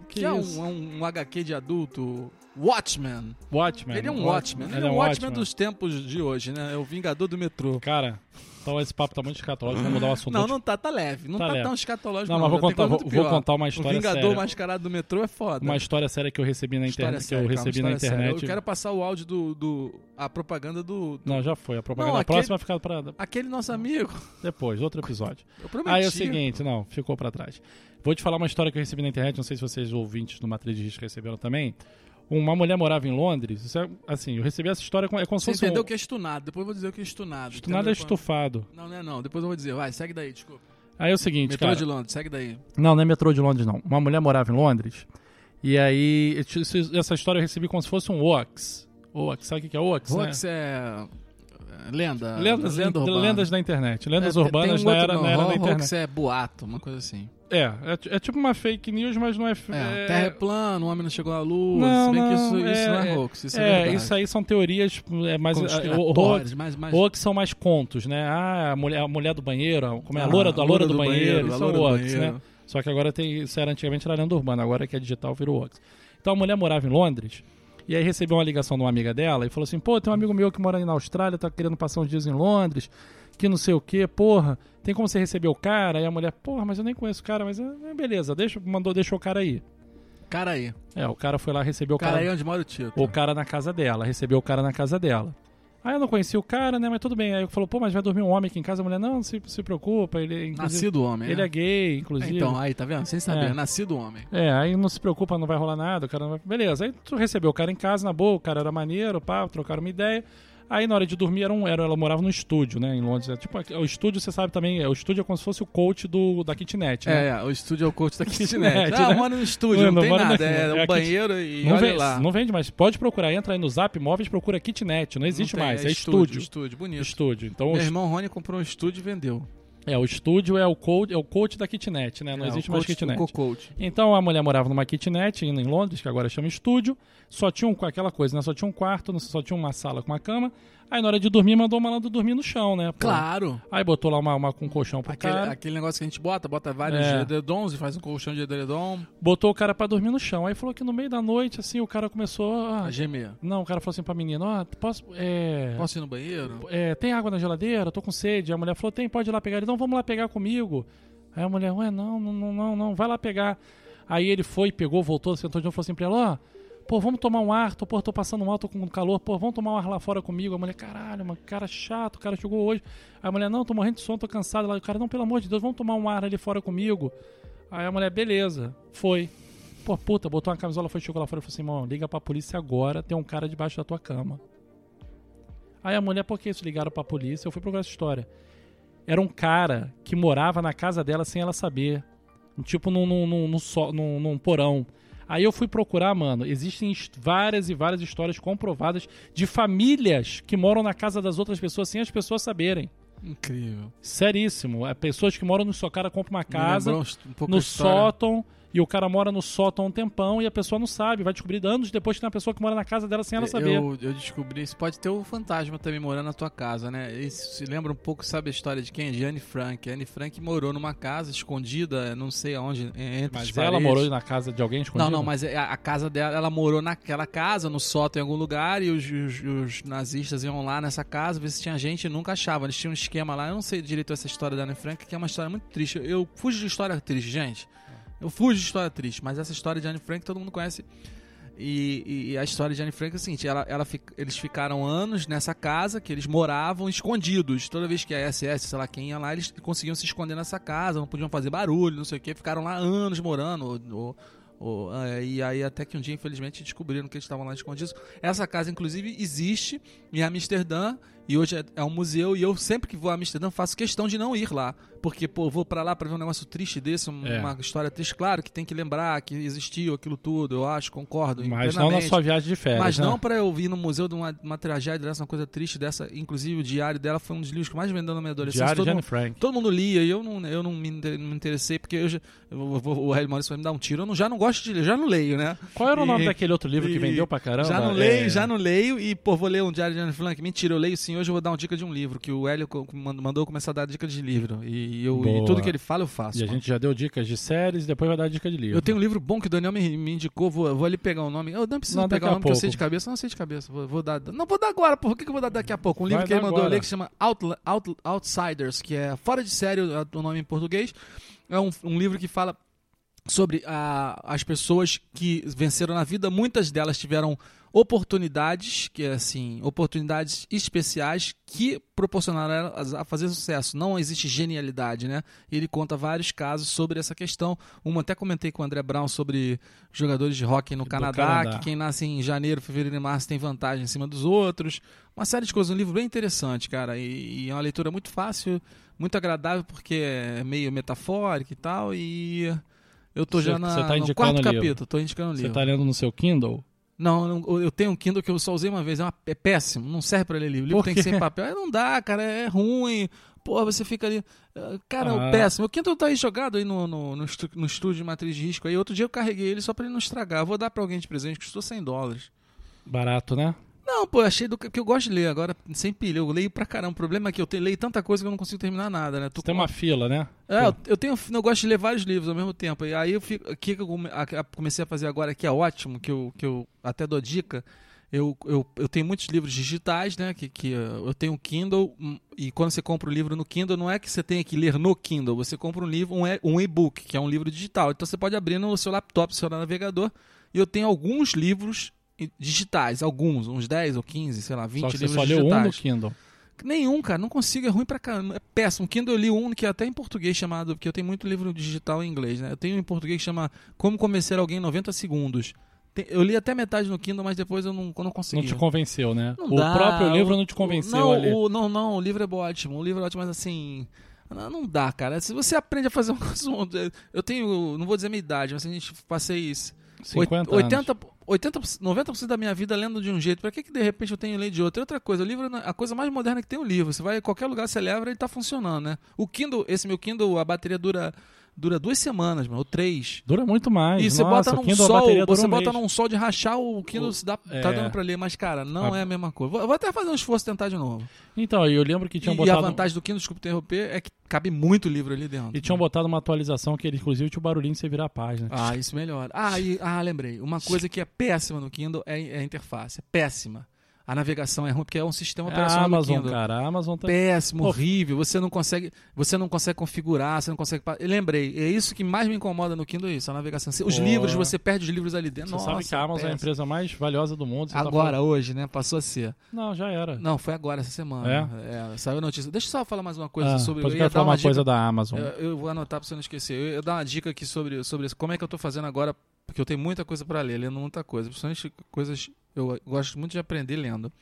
Que, é isso? um, é um, um HQ de adulto. Watchmen. Watchman. ele é um Watchmen. Ele é um Watchmen dos tempos de hoje, né? É o Vingador do metrô. Cara, então esse papo tá muito escatológico, vamos mudar o assunto. Não, não tá, tá leve. Não Tá tá, leve. tão escatológico. Não, mas vou já tem contar- coisa muito vou- vou pior. contar uma história O Vingador séria. mascarado do metrô é foda. Uma história séria que eu recebi na História internet. séria, que eu calma, recebi na história séria. internet. Eu quero passar o áudio do. do a propaganda do. do- Não, já foi. A propaganda Não, aquele- próxima vai ficar pra Aquele nosso amigo. depois, outro episódio. Eu prometi. Aí é o seguinte, não, ficou pra trás. Vou te falar uma história que eu recebi na internet, não sei se vocês ouvintes do Matriz de Risco receberam também. Uma mulher morava em Londres, isso é- assim, eu recebi essa história, com- é como se Você fosse entendeu um... o que é estunado? Depois eu vou dizer o que é estunado. Nada é entendeu? estufado. Não, não é não. Depois eu vou dizer. Vai, segue daí, desculpa. Aí é o seguinte, Metrô cara... de Londres, segue daí. Não, não é metrô de Londres, não. Uma mulher morava em Londres. E aí, eu te- isso- essa história eu recebi como se fosse um Oax. Oax, sabe o que que é Oax? né? Vox é... é Lenda. Lendas, lenda urbana. lendas da internet. Lendas É, tem- urbanas tem um na era, outro na nome, era da Hoax internet. é boato, uma coisa assim. É, é, ti- é tipo uma fake news, mas não é. f- É, é- Terra é plana, o homem não chegou à lua. Não, se bem que isso, não, isso não é- é hoax, isso é, é, verdade. isso aí são teorias é, mais. é, o- o Conspiratórias, hoax- mais- mais- Hoax são mais contos, né? Ah, a mulher, a mulher do banheiro, a- como é? A Ah, loura, do- a loura do, banheiro, a isso é loura do Oax, banheiro. né? Só que agora tem. Isso era antigamente era lenda urbana, agora que é digital virou Oax. Então a mulher morava em Londres. E aí recebeu uma ligação de uma amiga dela e falou assim: pô, tem um amigo meu que mora aí na Austrália, tá querendo passar uns dias em Londres, que não sei o quê, porra, tem como você receber o cara? Aí a mulher, porra, mas eu nem conheço o cara, mas é, beleza, deixa, mandou, deixou o cara aí. Cara aí. É, o cara foi lá recebeu o Cara cara. aí é onde mora o Tito. O cara na casa dela, recebeu o cara na casa dela. Aí eu não conhecia o cara, né? Mas tudo bem. Aí eu falou, pô, mas vai dormir um homem aqui em casa? A mulher, não, não se, se preocupa. Ele, é inclusive, Nascido homem. ele né? é gay, inclusive. Então, aí, tá vendo? Sem saber, É. nascido homem. É, aí não se preocupa, não vai rolar nada, o cara não vai... Beleza, aí tu recebeu o cara em casa, na boa, o cara era maneiro, pá, trocaram uma ideia. Aí na hora de dormir, era um, era, ela morava no estúdio, né? Em Londres. né? Tipo, o estúdio, você sabe também, é, o estúdio é como se fosse o coach do, da kitnet, né? É, é, o estúdio é o coach da Kitnet, kitnet. Ah, né? eu moro no estúdio, não, Mano, tem moro na nada. É, kitnet. um É a banheiro e Não olha vende, lá. não vende mais. Pode procurar, entra aí no Zap Imóveis, procura kitnet. Não existe Não tem, mais, é, estúdio. estúdio. Estúdio, bonito. Estúdio. Então, o, Meu est- irmão Rony comprou um estúdio e vendeu. é, o estúdio é o coach, é o coach da kitnet, né? Não É, existe o mais coach do kitnet. Co-coach. Então a mulher morava numa kitnet em em Londres, que agora chama estúdio. Só tinha um, aquela coisa, né? Só tinha um quarto, não- só tinha uma sala com uma cama. Aí na hora de dormir, mandou o malandro dormir no chão, né? pô? Claro. Aí botou lá uma, uma, com um colchão pro Aquele, cara. aquele negócio que a gente bota, bota vários É. edredons e faz um colchão de edredom. Botou o cara pra dormir no chão. Aí falou que no meio da noite, assim, o cara começou. ah, A gemer. não, o cara falou assim pra menina: Ó, posso. É, Posso ir no banheiro? é, tem água na geladeira? Tô com sede. A mulher falou: tem, pode ir lá pegar. Ele: não, vamos lá pegar comigo. Aí a mulher: ué, não, não, não, não, não, vai lá pegar. Aí ele foi, pegou, voltou, sentou de novo e falou assim pra ela: ó, pô, vamos tomar um ar, tô, pô, tô passando mal, tô com calor, pô, vamos tomar um ar lá fora comigo. A mulher: caralho, mano, cara chato, o cara chegou hoje. Aí a mulher: não, tô morrendo de sono, tô cansado. Ela, o cara: não, pelo amor de Deus, vamos tomar um ar ali fora comigo. Aí a mulher: beleza, foi. Pô, puta, botou uma camisola, foi, chegou lá fora e falou assim: irmão, liga pra polícia agora, tem um cara debaixo da tua cama. Aí a mulher, por que isso? Ligaram pra polícia. Eu fui procurar essa história. Era um cara que morava na casa dela sem ela saber. Tipo num, num, num, num só- num- num porão. Aí eu fui procurar, mano. Existem his- várias e várias histórias comprovadas de famílias que moram na casa das outras pessoas sem as pessoas saberem. Incrível. Seríssimo. É pessoas que moram no só cara compra uma Me casa lembrou um pouco a no história. sótão e o cara mora no sótão há um tempão e a pessoa não sabe. Vai descobrir anos depois que tem uma pessoa que mora na casa dela sem ela saber. Eu, eu descobri isso. Pode ter o fantasma também morando na tua casa, né? Isso se lembra um pouco, sabe a história de quem? De Anne Frank. Anne Frank morou numa casa escondida, não sei aonde, entre as Mas ela paredes. morou na casa de alguém escondida? Não, não, mas é, a, a casa dela, ela morou naquela casa, no sótão em algum lugar, e os, os- os nazistas iam lá nessa casa ver se tinha gente e nunca achavam. Eles tinham um esquema lá, eu não sei direito essa história da Ana Frank, que é uma história muito triste. Eu fujo de história triste, gente. Eu fujo de história triste, mas essa história de Anne Frank todo mundo conhece. E, e- e a história de Anne Frank é o seguinte: ela, ela fi- eles ficaram anos nessa casa que eles moravam escondidos. Toda vez que a SS, sei lá quem ia lá, eles conseguiam se esconder nessa casa, não podiam fazer barulho, não sei o que. Ficaram lá anos morando. ou- ou- ou, ah, e aí, até que um dia, infelizmente, descobriram que eles estavam lá escondidos. Essa casa, inclusive, existe em Amsterdã e hoje é, é um museu. E eu sempre que vou a Amsterdã faço questão de não ir lá. Porque, pô, vou pra lá pra ver um negócio triste desse, um- É. uma história triste. Claro que tem que lembrar que existiu aquilo tudo, eu acho, concordo. Mas não na plenamente. sua viagem de férias. Mas né? não para eu vir no museu de uma, uma tragédia dessa, uma coisa triste dessa. Inclusive, o diário dela foi um dos livros que mais vendeu na minha adolescência. Diário de Todo Anne mundo- Frank. Todo mundo lia e eu não, eu não me, inte- não me interessei, porque eu já, eu vou- o Red Maurício vai me dar um tiro. Eu não- já não gosto de ler, já não leio, né? Qual era o nome E- daquele outro livro que e- vendeu pra caramba? Já não leio, É, já não leio. E, pô, vou ler um diário de Anne Frank. Mentira, eu leio sim. Hoje eu vou dar uma dica de um livro, que o Hélio co- mand- mandou eu começar a dar dica de livro. E, eu, e Boa. tudo que ele fala, eu faço. E a mano. gente já deu dicas de séries e depois vai dar dica de livro. Eu tenho um livro bom que o Daniel me, me indicou, vou, vou ali pegar o nome. Eu não preciso Não, daqui pegar o a nome que eu sei pouco. de cabeça, não sei de cabeça. Vou, vou dar. Não, vou dar agora, porra. O que, que eu vou dar daqui a pouco? Um livro Vai que ele dar mandou eu agora. ler que se chama Out- Out- Outsiders, que é fora de série o o nome em português. É um, um livro que fala sobre a- as pessoas que venceram na vida. Muitas delas tiveram oportunidades, que é assim, oportunidades especiais que proporcionaram elas a fazer sucesso. Não existe genialidade, né? Ele conta vários casos sobre essa questão. Uma até comentei com o André Brown sobre jogadores de hóquei no Canadá, Canadá. que quem nasce em janeiro, fevereiro e março tem vantagem em cima dos outros. Uma série de coisas, um livro bem interessante, cara. E, e é uma leitura muito fácil, muito agradável, porque é meio metafórica e tal. E eu tô Você- já na, você tá no indicando quarto o livro. capítulo, tô indicando o Você livro. tá lendo no seu Kindle? Não, eu não- eu tenho um Kindle que eu só usei uma vez, é, uma- é péssimo, não serve pra ler livro. O livro Por tem que quê? ser em papel. Aí não dá, cara, é ruim. Pô, você fica ali. ah, Cara, é Ah. o péssimo. O Kindle tá aí jogado aí no, no, no, estu- no estúdio de matriz de risco. Aí outro dia eu carreguei ele só pra ele não estragar. Eu Vou dar pra alguém de presente, custou 100 dólares. Barato, né? Não, pô, eu achei do que que eu gosto de ler agora, sem pilha. Eu leio pra caramba. O problema é que eu te- leio tanta coisa que eu não consigo terminar nada, né? Tô Você tem com- uma fila, né? é, Pô, eu, eu tenho, eu gosto de ler vários livros ao mesmo tempo. E aí eu fico, o que que eu come- a- a- comecei a fazer agora, que é ótimo, que eu, que eu até dou dica. Eu, eu, eu tenho muitos livros digitais, né? Que, que eh, eu tenho um Kindle, hum, e quando você compra um livro no Kindle, não é que você tenha que ler no Kindle, você compra um livro, um e- um e-book, que é um livro digital. Então você pode abrir no seu laptop, no seu navegador, e eu tenho alguns livros eh, digitais, alguns, uns 10 ou 15, sei lá, 20 só que você livros só leu digitais. um no Kindle. Nenhum, cara, não consigo, é ruim pra caramba. É péssimo. Kindle eu li um que é até em português chamado, um porque eu tenho muito livro digital em inglês, né? Eu tenho em português que chama Como Convencer Alguém em 90 Segundos. Tem- eu li até metade no Kindle, mas depois eu não, eu não consegui. Não te convenceu, né? Não o dá, próprio o- livro não te convenceu não, ali. O, não, não, o livro é ótimo. O livro é ótimo, mas assim. Não, não dá, cara. Se você aprende a fazer um assunto. Eu tenho. Não vou dizer minha idade, mas a gente passei isso. 50 Oit- anos. 80, 80, 90% da minha vida lendo de um jeito. Pra que, que de repente eu tenho ler de outro? E outra coisa, o livro, é a coisa mais moderna que tem é o livro. Você vai em qualquer lugar, você leva, ele tá funcionando, né? O Kindle, esse meu Kindle, a bateria dura, dura duas semanas, mano, ou três. Dura muito mais. E você É Nossa, bota num o Kindle, a sol, bateria dura você um bota mês. num sol de rachar, o Kindle O- se dá, é. tá dando pra ler, mas, cara, não A- é a mesma coisa. Vou, eu vou até fazer um esforço e tentar de novo. Então, eu lembro que E, tinham e a botado... vantagem do Kindle, desculpa interromper, é que cabe muito livro ali dentro. E tinham botado uma atualização que ele, inclusive, tinha o barulhinho de você virar a página. Ah, isso melhora. Ah, e- ah, lembrei. Uma coisa que é péssima no Kindle é, é a interface. É péssima. A navegação é ruim porque é um É sistema a operacional do Amazon, Kindle. cara. A Amazon tá... Péssimo, Pô. horrível. Você não consegue, você não consegue configurar, você não consegue. pa- Eu lembrei. É isso que mais me incomoda no Kindle, é isso, a navegação. Se- Os Pô. livros, você perde os livros ali dentro. Você Nossa, sabe que a Amazon é a péssimo. empresa mais valiosa do mundo. você tá Agora, hoje, né? Passou a ser. falando- Não, já era. Não, foi agora, essa semana. É, saiu a notícia. Deixa eu só falar mais uma coisa Ah, sobre. depois eu eu ia quero dar falar uma, dica- coisa da Amazon. Eu, eu vou anotar pra você não esquecer. Eu ia dar uma dica aqui sobre, sobre isso. como é que eu tô fazendo agora, porque eu tenho muita coisa pra ler, lendo muita coisa. Principalmente coisas. Eu gosto muito de aprender lendo.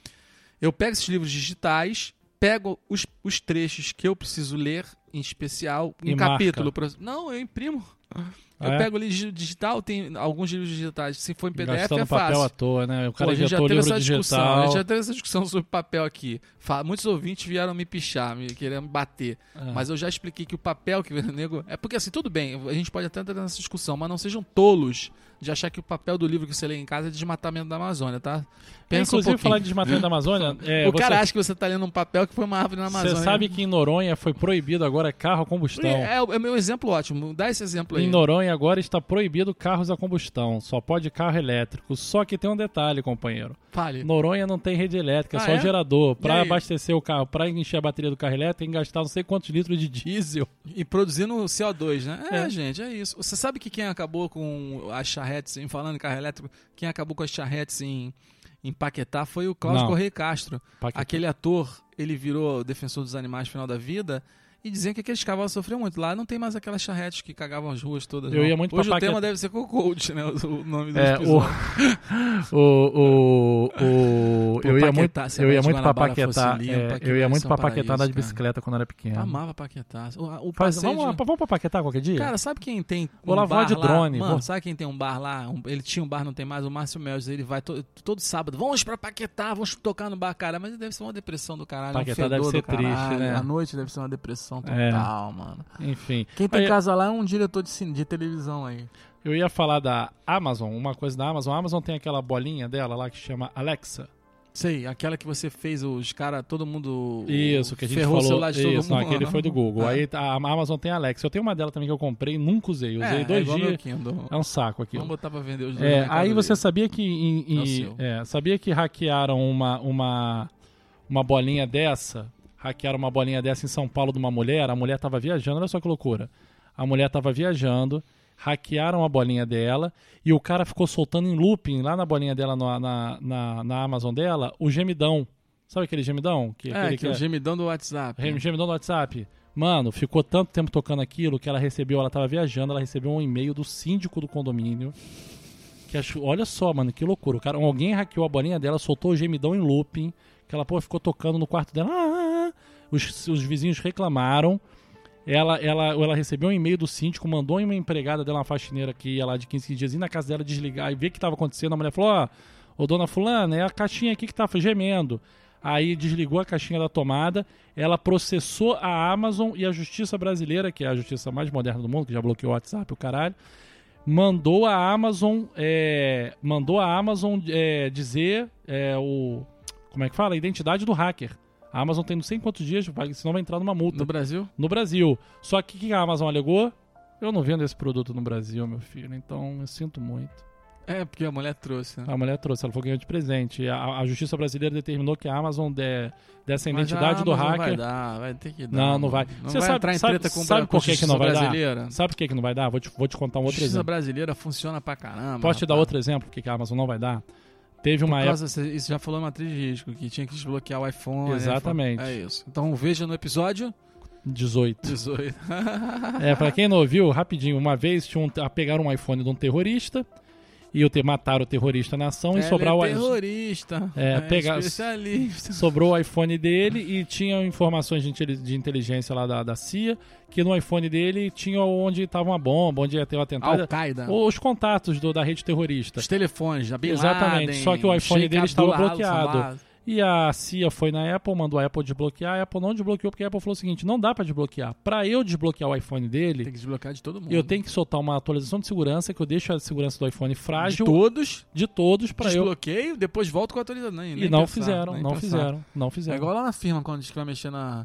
Eu pego esses livros digitais, pego os, os trechos que eu preciso ler, em especial, um E marca. capítulo. pra- Não, eu imprimo. Ah, eu é? pego ali gi- digital, tem alguns livros digitais. Se for em PDF, Gastando é papel fácil. à toa, né? O Pô, cara a gente já injetou o teve livro essa discussão, a digital. gente já teve essa discussão sobre papel aqui. Fa- Muitos ouvintes vieram me pichar, me querendo me bater. É. Mas eu já expliquei que o papel que vem no nego. É porque assim, tudo bem, a gente pode até entrar nessa discussão, mas não sejam tolos de achar que o papel do livro que você lê em casa é desmatamento da Amazônia, tá? Pensa um É, Inclusive, pouquinho. falar de desmatamento da Amazônia... É, o cara você- acha que você tá lendo um papel que foi uma árvore na Amazônia. Você sabe que em Noronha foi proibido agora carro a combustão. É, é o é o meu exemplo ótimo. Dá esse exemplo aí. Em Noronha agora está proibido carros a combustão, só pode carro elétrico. Só que tem um detalhe, companheiro. Fale. Noronha não tem rede elétrica, é Ah, só é? gerador. E Para aí? abastecer o carro, para encher a bateria do carro elétrico, tem que gastar não sei quantos litros de diesel. E produzindo CO2, né? É, gente, é isso. Você sabe que quem acabou com as charretes, em falando em carro elétrico, quem acabou com as charretes em, em Paquetá foi o Cláudio Não. Correia Castro. Paquetá. Aquele ator, ele virou defensor dos animais no final da vida e diziam que aqueles cavalos sofriam muito. Lá não tem mais aquelas charretes que cagavam as ruas todas. Eu não. ia muito pra Hoje o Paquetá. tema deve ser co-coach, né? O o nome do É, episódio. O, o, o, Pô, eu ia Paquetá, muito, se a eu ia Rádio muito pra Guanabara fosse Paquetá, limpa, é, que eu ia mais muito São pra Paquetá andar de um Paraíso, cara. Tá bicicleta quando era pequeno. Amava Paquetá. O, o É. Faz- passeio vamos, lá, de- vamos pra Paquetá qualquer dia? Cara, sabe quem tem. um Vou lá voar bar de drone, Mano, vou. sabe quem tem um bar lá? Um- ele tinha um bar, não tem mais. O Márcio Melges, ele vai to- todo sábado. Vamos pra Paquetá, vamos tocar no bar, cara. Mas deve ser uma depressão do caralho. Paquetá um fedor deve ser do caralho. triste, né? A noite deve ser uma depressão total, É. mano. Enfim. Quem tem Aí- casa lá é um diretor de, cine, de televisão aí. Eu ia falar da Amazon, uma coisa da Amazon. A Amazon tem aquela bolinha dela lá que chama Alexa. Sei, aquela que você fez os caras, todo mundo. Isso, que a gente ferrou falou. o celular de todo isso, não, mundo. aquele foi do Google. Ah, Aí tá- a Amazon tem a Alexa. Eu tenho uma dela também que eu comprei, nunca usei. é, Usei é dois igual meu dias. Kindle. É um saco aqui. Vamos botar pra vender os dois. né, no É, Mercado aí Livre. você sabia que em- em- É o seu. é, sabia que hackearam uma, uma uma bolinha dessa? Hackearam uma bolinha dessa em São Paulo de uma mulher. A mulher tava viajando, olha só que loucura. A mulher tava viajando, hackearam a bolinha dela e o cara ficou soltando em looping lá na bolinha dela no- na, na, na Amazon dela o gemidão. Sabe aquele gemidão? Que, É, aquele que é o gemidão do WhatsApp. Rem- gemidão do WhatsApp. Mano, ficou tanto tempo tocando aquilo que ela recebeu, ela tava viajando, ela recebeu um e-mail do síndico do condomínio. Que achou, olha só, mano, que loucura. O cara, alguém hackeou a bolinha dela, soltou o gemidão em looping, que ela pô, ficou tocando no quarto dela. Ah, ah, ah. Os, os vizinhos reclamaram. Ela, ela, ela recebeu um e-mail do síndico, mandou uma empregada dela, uma faxineira que ia lá de 15 dias, ir na casa dela desligar e ver o que estava acontecendo. A mulher falou: Ó, ô dona Fulana, é a caixinha aqui que tá gemendo. Aí desligou a caixinha da tomada, ela processou a Amazon e a justiça brasileira, que é a justiça mais moderna do mundo, que já bloqueou o WhatsApp, o caralho, mandou a Amazon é, mandou a Amazon é, dizer é, o como é que fala a identidade do hacker a Amazon tem não sei quantos dias vai- senão vai entrar numa multa No Brasil? no Brasil só que o que a Amazon alegou eu não vendo esse produto no Brasil meu filho então eu sinto muito É, porque a mulher trouxe, né? a mulher trouxe ela foi ganhando de presente a, a justiça brasileira determinou que a Amazon dê- dessa Mas identidade a do Amazon hacker Vai dar, vai ter que dar. Não, não vai. Não Você vai sabe- entrar em sabe- treta com, sabe com a por que que não justiça vai dar? brasileira? Sabe por que, que não vai dar? Vou te, vou te contar um outro Justiça exemplo. brasileira funciona pra caramba. Posso te dar rapaz. outro exemplo que a Amazon não vai dar? Teve uma Por época. causa, você- isso já falou em matriz de risco, que tinha que desbloquear o iPhone. né? Exatamente. É isso. Então veja no episódio 18. 18. É, pra quem não ouviu, rapidinho, uma vez tinha um, a- pegaram um iPhone de um terrorista e o te matar o terrorista na ação é e sobrar o terrorista. É, pegar- especialista. sobrou o iPhone dele e tinha informações de inteli- de inteligência lá da, da CIA que no iPhone dele tinha onde estava uma bomba, onde ia ter o atentado. Al-Qaeda. Os contatos do- da rede terrorista. Os telefones da Bin Exatamente, Laden, só que o iPhone Sheikh dele estava Abdullah bloqueado. Al-Sabah. E a CIA foi na Apple, mandou a Apple desbloquear, a Apple não desbloqueou porque a Apple falou o seguinte, não dá para desbloquear. Para eu desbloquear o iPhone dele, Tem que um desbloquear de todo mundo. eu tenho que soltar uma atualização de segurança que eu deixo a segurança do iPhone de frágil de, todos, todos para eu desbloqueio, né, é depois volto com a atualização. Nem, e nem não pensar, fizeram, nem não pensar. fizeram, não É fizeram. igual lá na firma quando diz que vai mexer na.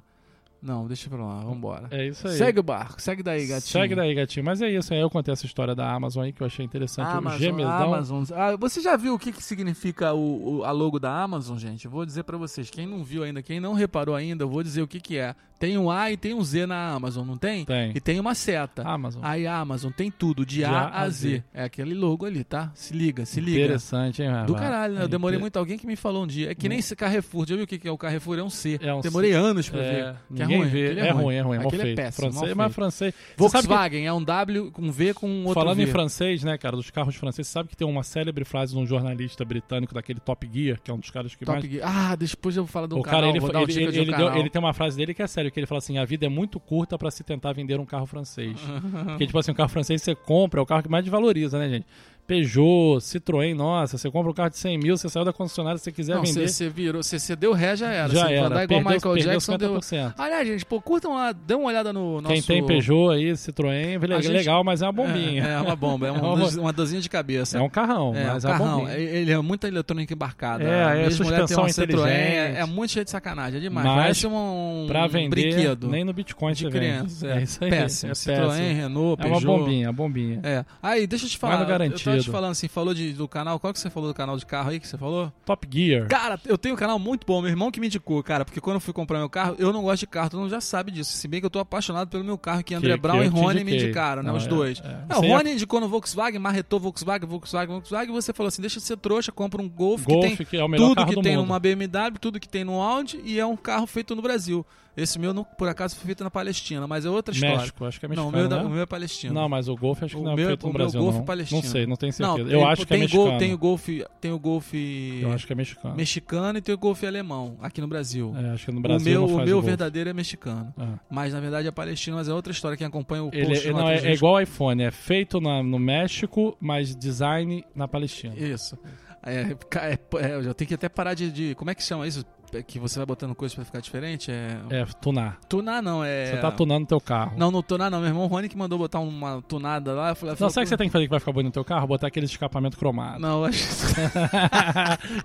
Não, deixa pra lá, vambora. É isso aí. Segue o barco, segue daí, gatinho. Segue daí, gatinho. Mas é isso, aí eu contei essa história da Amazon aí que eu achei interessante. o Amazon, gemedão. Amazon. Ah, você já viu o que, que significa o, o- a logo da Amazon, gente? Eu vou dizer pra vocês. Quem não viu ainda, quem não reparou ainda, eu vou dizer o que, que é. Tem um A e tem um Z na Amazon, não tem? Tem. E tem uma seta. Amazon. Aí a Amazon tem tudo, de, A a Z. É aquele logo ali, tá? Se liga, se liga. Interessante, hein, Do rapaz? caralho, né? É Eu demorei inter- muito. Alguém que me falou um dia. É que nem esse Carrefour. Já viu o que que é o Carrefour? É um C. Hum. É um demorei C. anos pra É, ver. Que é ninguém ruim. vê. aquele É ruim, é ruim, é mal Aquele feito. é péssimo. francês, mal mas feito. francês. Você sabe que Volkswagen é um W com V com outro Falando V. em francês, né, cara, dos carros franceses, sabe que tem uma célebre frase de um jornalista britânico daquele Top Gear, que é um dos caras que Top mais. Gear. Ah, depois eu vou falar do O canal. cara, ele, vou dar uma ele- dica de um ele deu- canal. ele tem uma frase dele que é sério, que ele fala assim: a vida é muito curta pra se tentar vender um carro francês. Porque, tipo assim, um carro francês você compra, é o carro que mais desvaloriza, né, gente? Peugeot, Citroën, nossa, você compra um carro de 100 mil, você saiu da concessionária, se você quiser Não, vender. você virou, você cedeu ré, já era. Já Você era. Andar igual Perdeu- Michael perdeu Jackson deu. 50%. Aliás, gente, pô, curtam lá, dê uma olhada no nosso. Quem tem Peugeot aí, Citroën, A legal, gente- legal, mas é uma bombinha. É, é uma bomba, é, uma, uma- uma dozinha de cabeça. É um carrão, É, mas um é uma carrão. bombinha. Ele é muita eletrônica embarcada. É, A é mesma mulher tem suspensão uma Citroën, inteligente. É, é muito cheio de sacanagem, é demais. Mas, Parece um, um Pra vender, brinquedo nem no Bitcoin de você criança. vende. É, isso aí. Péssimo. é Citroën, péssimo. Renault, É uma Peugeot. bombinha, a bombinha. É. Aí, deixa eu te Vai falar. no eu tava te garantido. falando assim, falou de, do canal. Qual que você falou do canal de carro aí que você falou? Top Gear. Cara, eu tenho um canal muito bom, meu irmão que me indicou, cara, porque quando eu fui comprar meu carro, eu não gosto de carro, todo mundo já sabe disso. Se bem que eu tô apaixonado pelo meu carro, que André que Brown eu e te Rony me indiquei. indicaram, né? Não, os é, dois. é. Não, o Você ia- Rony indicou no Volkswagen, marretou Volkswagen, Volkswagen, Volkswagen, e você falou assim: deixa de ser trouxa, compra um Golf, Golf, que tem que é o melhor tudo carro que do tem mundo. numa BMW, tudo que tem no Audi, e é um carro feito no Brasil. Esse meu, não, por acaso, foi feito na Palestina, mas é outra história. México, acho que é não, mexicano, o meu, né? da- o meu é palestino. Não, mas o Golf acho que O não é meu, feito o no meu Brasil, Golf não. é palestino. Não sei, não tenho Não, certeza. tem- eu acho que é tem Golf- mexicano. Tem o Golf, tem o Golf Eu acho que é mexicano. mexicano e tem o golfe alemão aqui no Brasil. É, acho que no Brasil o meu, não o faz meu o Golf. verdadeiro é mexicano. Ah. Mas na verdade é palestino, mas é outra história. Quem acompanha o Ele, post ele do não, Matheus é, é Risco- igual iPhone, é feito na- no México, mas design na Palestina. Isso. É, ca- é- é, eu já tenho que até parar de, de- Como é que chama isso? É Que você vai botando coisa pra ficar diferente? É. É, tunar. Tunar não, é. Você tá tunando teu carro. Não, não tunar não. Meu irmão Rony que mandou botar uma tunada lá. Eu falei, Não, sabe o que você tem que fazer que vai ficar bonito no teu carro? Botar aquele escapamento cromado. Não, eu acho.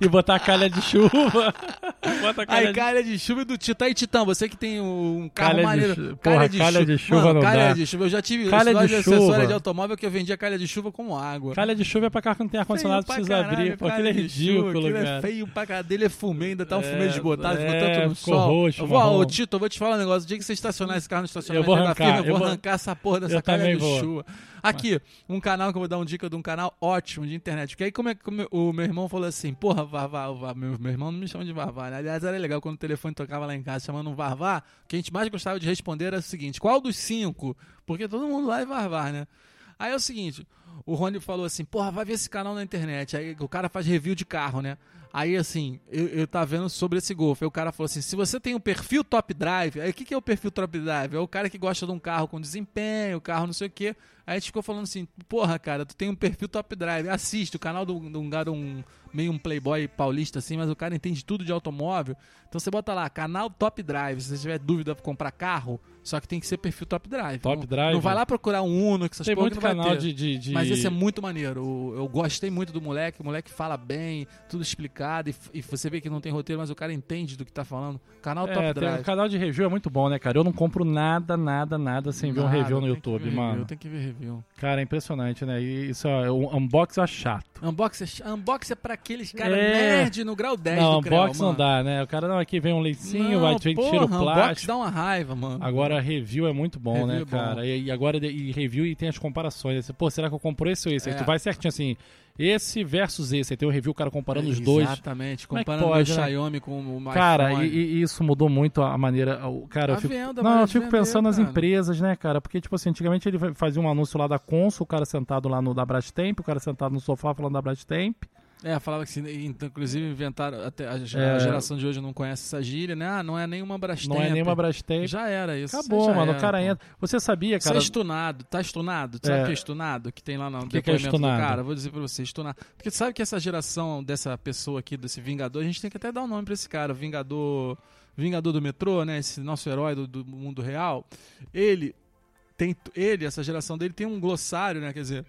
e botar a calha de chuva. Bota a calha Aí, de... calha de chuva e do Titã. Aí, Titã, você que tem um carro Calha de maneiro. chu- porra, calha chu- de chuva Mano, não calha dá. de chuva. Eu já tive Calha loja de de acessórios chuva. de automóvel que eu vendia calha de chuva como água. Calha de chuva é pra carro que não tem ar-condicionado, pra precisa caralho, abrir. Pô, calha aquilo é de chuva, ridículo, aquilo cara. É feio pra caralho. Dele é fumê, ainda tá um fumê É, desbotado, ficou é, tanto no ficou sol. roxo, eu vou, ó, marrom. ô, Tito, eu vou te falar um negócio. O dia que você estacionar esse carro no estacionamento vou da arrancar, firma, eu eu vou vou- arrancar essa porra dessa Eu calha também de vou. chuva. Aqui, um canal que eu vou dar um dica de um canal ótimo de internet. Porque aí como é que o meu- o meu irmão falou assim, porra, Varvá, o Var- meu, meu irmão não me chama de Varvá. né? Aliás, era legal quando o telefone tocava lá em casa chamando um Varvá. O que a gente mais gostava de responder era o seguinte, qual dos cinco? Porque todo mundo lá é Varvá, né? Aí é o seguinte, o Rony falou assim, porra, vai ver esse canal na internet. Aí o cara faz review de carro, né? Aí assim, eu, eu tava vendo sobre esse Golf. Aí o cara falou assim: se você tem um perfil top drive, aí o que, que é o perfil top drive? É o cara que gosta de um carro com desempenho, carro não sei o quê. Aí a gente ficou falando assim: porra, cara, tu tem um perfil top drive. Assiste o canal de um de um cara, um, meio um playboy paulista assim, mas o cara entende tudo de automóvel. Então você bota lá, canal top drive. Se você tiver dúvida pra comprar carro, só que tem que ser perfil top drive. Top não, drive? Não vai lá procurar um Uno, que essas Tem porra que muito não vai canal ter. de, de, de- Mas esse é muito maneiro. O- Eu gostei muito do moleque. O moleque fala bem, tudo explicado. E, f- e você vê que não tem roteiro, mas o cara entende do que tá falando. Canal É, Top tem- Drive. o canal de review é muito bom, né, cara? Eu não compro nada, nada, nada sem ver um Nada, review no tem que YouTube, ver review, mano. Tem que ver review. Cara, é impressionante, né? E isso é um unboxing é chato. Unboxer, unboxer é pra aqueles caras É. nerd no grau 10 não, do Creu, unboxing não mano. dá, né? O cara, não, aqui vem um leicinho, Não, vai, vem, porra, tira o unboxer plástico. dá uma raiva, mano. Agora Cara, review é muito bom, Review né, é bom. cara? E, e agora de- e review e tem as comparações. Aí Você, Pô, será que eu compro esse ou esse? Aí É. tu vai certinho assim, esse versus esse. Aí tem um review, o cara comparando os dois. É, Exatamente, Como é que comparando o pode, meu né? Xiaomi com o iPhone. Cara, e, e isso mudou muito a maneira. o- Cara, A eu fico, não, venda, mas eu fico vender, pensando nas cara. empresas, né, cara? Porque, tipo assim, antigamente ele fa- fazia um anúncio lá da Consul, o cara sentado lá no da Brastemp, o cara sentado no sofá falando da Brastemp. É, falava que, se- então, inclusive, inventaram, até a, ge- É. a geração de hoje não conhece essa gíria, né? Ah, não é nenhuma Brastemp. Não é nenhuma Brastemp. Já era isso. Acabou, isso aí já mano. era, o cara pô. entra. Você sabia, Isso é cara? estunado, tá estunado? Tu Sabe É. o que é estunado? Que tem lá no que é depoimento do estunado? cara? Vou dizer pra você, estunado. Porque tu sabe que essa geração dessa pessoa aqui, desse Vingador, a gente tem que até dar um nome pra esse cara, o Vingador, Vingador do metrô, né? Esse nosso herói do, do mundo real. Ele tem, ele, essa geração dele tem um glossário, né? Quer dizer,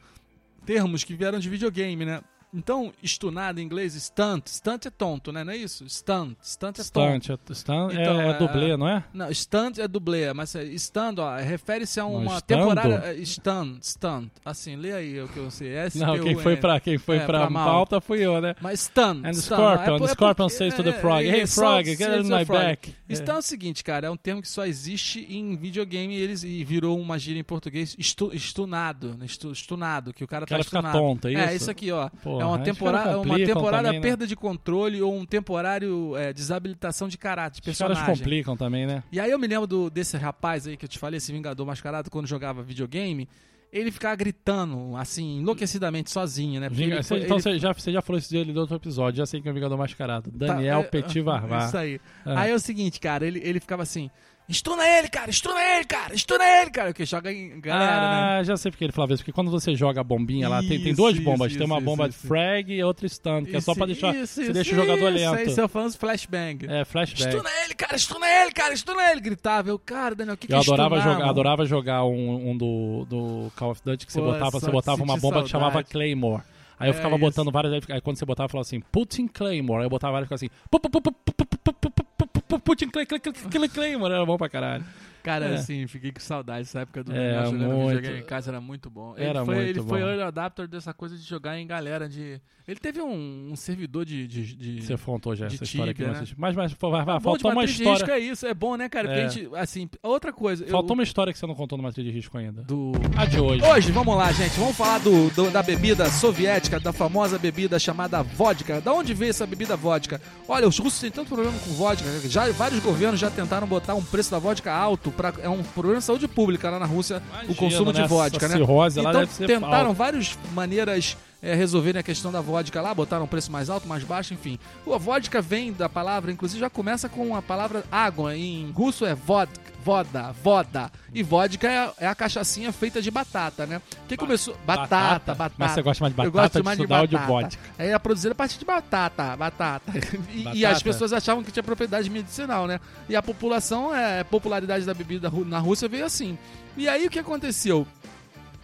termos que vieram de videogame, né? Então, estunado em inglês, stunt. Stunt é tonto, né? Não é isso? Stunt. Stunt é tonto. Stunt, é- stunt Então, é, é é- dublê, não é? Não, stand é dublê, mas é stand, ó, refere-se a uma estando? temporária. é, Stand, stand. Assim, lê aí o que eu sei. S Não, quem é. foi pra, quem foi pra, pauta fui eu, né? Mas stand. And the stand, scorpion, é po- the é scorpion porque- says to the é, frog, é, "Hey, é, frog, says get to in the my frog." back. Stand é o seguinte, cara, é um termo que só existe em videogame e eles e virou uma gíria em português, estu, estunado, né, estu- estunado, que o cara O cara tá fica estunado. tonto, é isso? É, isso aqui, ó. Porra, é uma os caras temporada, é uma complicam temporada também, né? perda de controle ou um temporário é, desabilitação de caráter, de Os caras personagem. complicam também, né? E aí eu me lembro do- desse rapaz aí que eu te falei, esse Vingador Mascarado, quando jogava videogame, ele ficava gritando, assim, enlouquecidamente sozinho, né? Porque Vinga- ele cê- foi- então ele- você já, você já falou isso dele do outro episódio, já sei que é o Vingador Mascarado. tá- Daniel é, Petit Varvar. Isso aí. É. Aí é o seguinte, cara, ele, ele ficava assim, estuna ele, cara, estuna ele, cara, estuna ele, cara, o que joga em galera, né? ah, já sei porque ele falava isso, porque quando você joga a bombinha lá, tem, tem Isso, duas isso, bombas, isso, tem uma isso, bomba isso. de frag e outra stun, que é só Isso, pra deixar, isso, você isso, deixa o jogador isso, Aí lento. são fãs flashbang. É, flashback. Estuna ele, cara, estuna ele, cara, estuna ele, gritava. Eu, cara, Daniel, o que que Eu é adorava estunar, jogar, mano? adorava jogar um, um do, do Call of Duty que você Pô, botava, só você botava senti uma bomba que chamava saudade. Claymore. Aí eu É ficava isso. botando várias, aí fica- aí quando você botava, eu falava assim, Putin Claymore. Aí eu botava várias e ficava assim, pu- pu- pu- pu- pu- pu- pu- pu- pu- pu- pu- Putin Clay- Clay- Clay- Clay- Claymore. Era bom pra caralho. Cara, É. assim, fiquei com saudade dessa época do É, Daniel jogando muito. videogame em casa, era muito bom. Ele Era foi, muito ele foi bom. early adapter dessa coisa de jogar em galera de... Ele teve um, um servidor de... de, de... Você afrontou já De essa história aqui. Tibia, mas- né? Mas, mas, pô, vai, vai, Bom de faltou uma matriz de risco história. é isso, é bom, né, cara? Porque É. a gente, assim, outra coisa... eu- Faltou uma história que você não contou no Matriz de Risco ainda. Do... A de hoje. Hoje, vamos lá, gente, vamos falar do, do- da bebida soviética, da famosa bebida chamada vodka. Da onde veio essa bebida vodka? Olha, os russos têm tanto problema com vodka, né? já, vários governos já tentaram botar um preço da vodka alto, pra, é um problema de saúde pública lá na Rússia, o Imagino, consumo né? de vodka, Essa né? cirrose lá então deve ser tentaram alta. várias maneiras é, resolverem a questão da vodka lá, botaram um preço mais alto, mais baixo, enfim. O- A vodka vem da palavra, inclusive já começa com a palavra água, em russo é vodka. Voda, voda. E vodka é, é a cachaçinha feita de batata, né? Que começou. Batata, batata. batata. Mas você gosta mais de batata Eu gosto ou de mais de estudar ou de batata. vodka? Aí era produzida a partir de batata, batata. E, e Batata? as pessoas achavam que tinha propriedade medicinal, né? E a população, é, a popularidade da bebida ru- na Rússia veio assim. E aí o que aconteceu?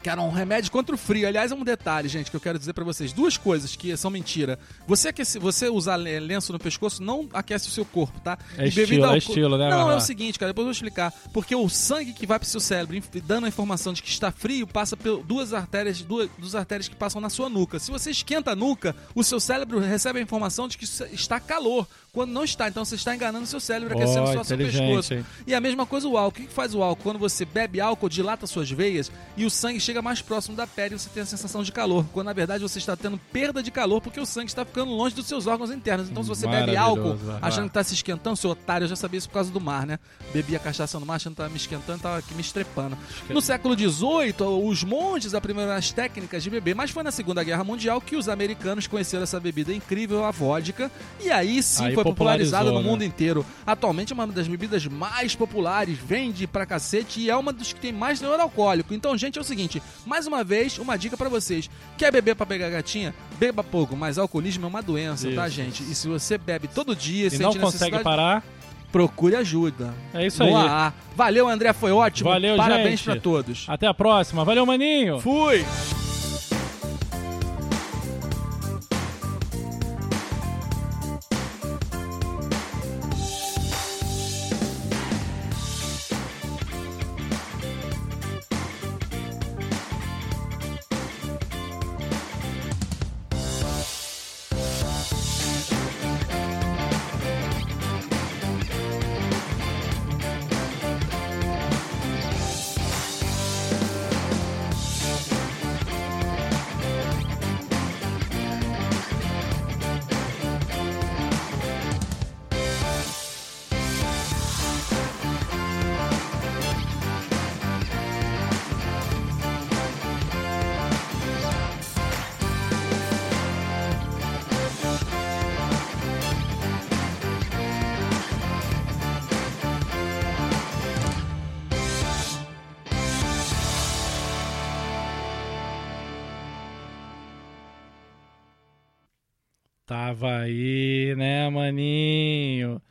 Que era um remédio contra o frio. Aliás, é um detalhe, gente, que eu quero dizer pra vocês. Duas coisas que são mentira. Você aquece, você usar le- lenço no pescoço não aquece o seu corpo, tá? É E estilo, bebida é alco- estilo, né, Não, é Marla? o seguinte, cara, depois eu vou explicar. Porque o sangue que vai pro seu cérebro, inf- dando a informação de que está frio, passa por duas artérias, duas, duas artérias que passam na sua nuca. Se você esquenta a nuca, o seu cérebro recebe a informação de que isso- está calor, quando não está. Então você está enganando o seu cérebro, Ó, aquecendo só o seu inteligente, pescoço. hein? E a mesma coisa o álcool. O que faz o álcool? Quando você bebe álcool, dilata suas veias e o sangue chega mais próximo da pele e você tem a sensação de calor. Quando na verdade você está tendo perda de calor porque o sangue está ficando longe dos seus órgãos internos. Então se você bebe álcool Maravilhoso, vai lá. achando que tá se esquentando, seu otário, eu já sabia isso por causa do mar, né? Bebia cachaça no mar achando que tava me esquentando, tava aqui me estrepando. No século XVIII, os monges aprimoraram as técnicas de beber, mas foi na Segunda Guerra Mundial que os americanos conheceram essa bebida incrível, a vodka, e aí sim Aí foi popularizada no popularizou, né? mundo inteiro. Atualmente é uma das bebidas mais populares, vende pra cacete e é uma dos que tem mais teor alcoólico. Então, gente, é o seguinte, mais uma vez, uma dica pra vocês. Quer beber pra pegar gatinha? Beba pouco, mas alcoolismo é uma doença, tá, Isso. gente? E se você bebe todo dia, E sente não consegue necessidade, parar. procure ajuda. É isso Boa aí. A. Valeu, André, foi ótimo. Valeu, Parabéns gente. pra todos. Até a próxima. Valeu, maninho. Fui! Tava aí, né, maninho?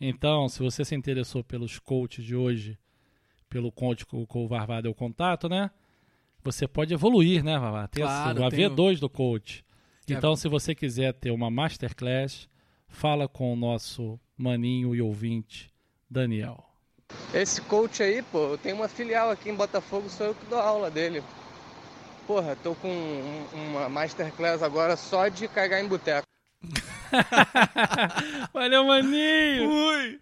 Então, se você se interessou pelos coaches de hoje, pelo coach com com o Varvá deu contato, né? Você pode evoluir, né, Varvá? Tem Claro, É. a tem o- V2 do coach. Tem a- Então, se você quiser ter uma masterclass, fala com o nosso maninho e ouvinte, Daniel. Esse coach aí, pô, eu tenho uma filial aqui em Botafogo, sou eu que dou aula dele. Porra, tô com um- uma masterclass agora só de cagar em boteco. Valeu, maninho! Ui!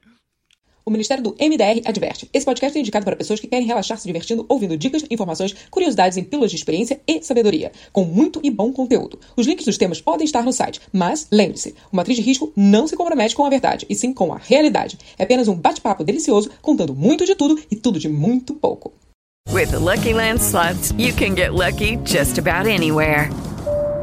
O Ministério do MDR adverte. Esse podcast é indicado para pessoas que querem relaxar se divertindo, ouvindo dicas, informações, curiosidades em pílulas de experiência e sabedoria, com muito e bom conteúdo. Os links dos temas podem estar no site, mas lembre-se, uma atriz de risco não se compromete com a verdade, e sim com a realidade. É apenas um bate-papo delicioso, contando muito de tudo e tudo de muito pouco. With the Lucky Land slots, you can get lucky just about anywhere.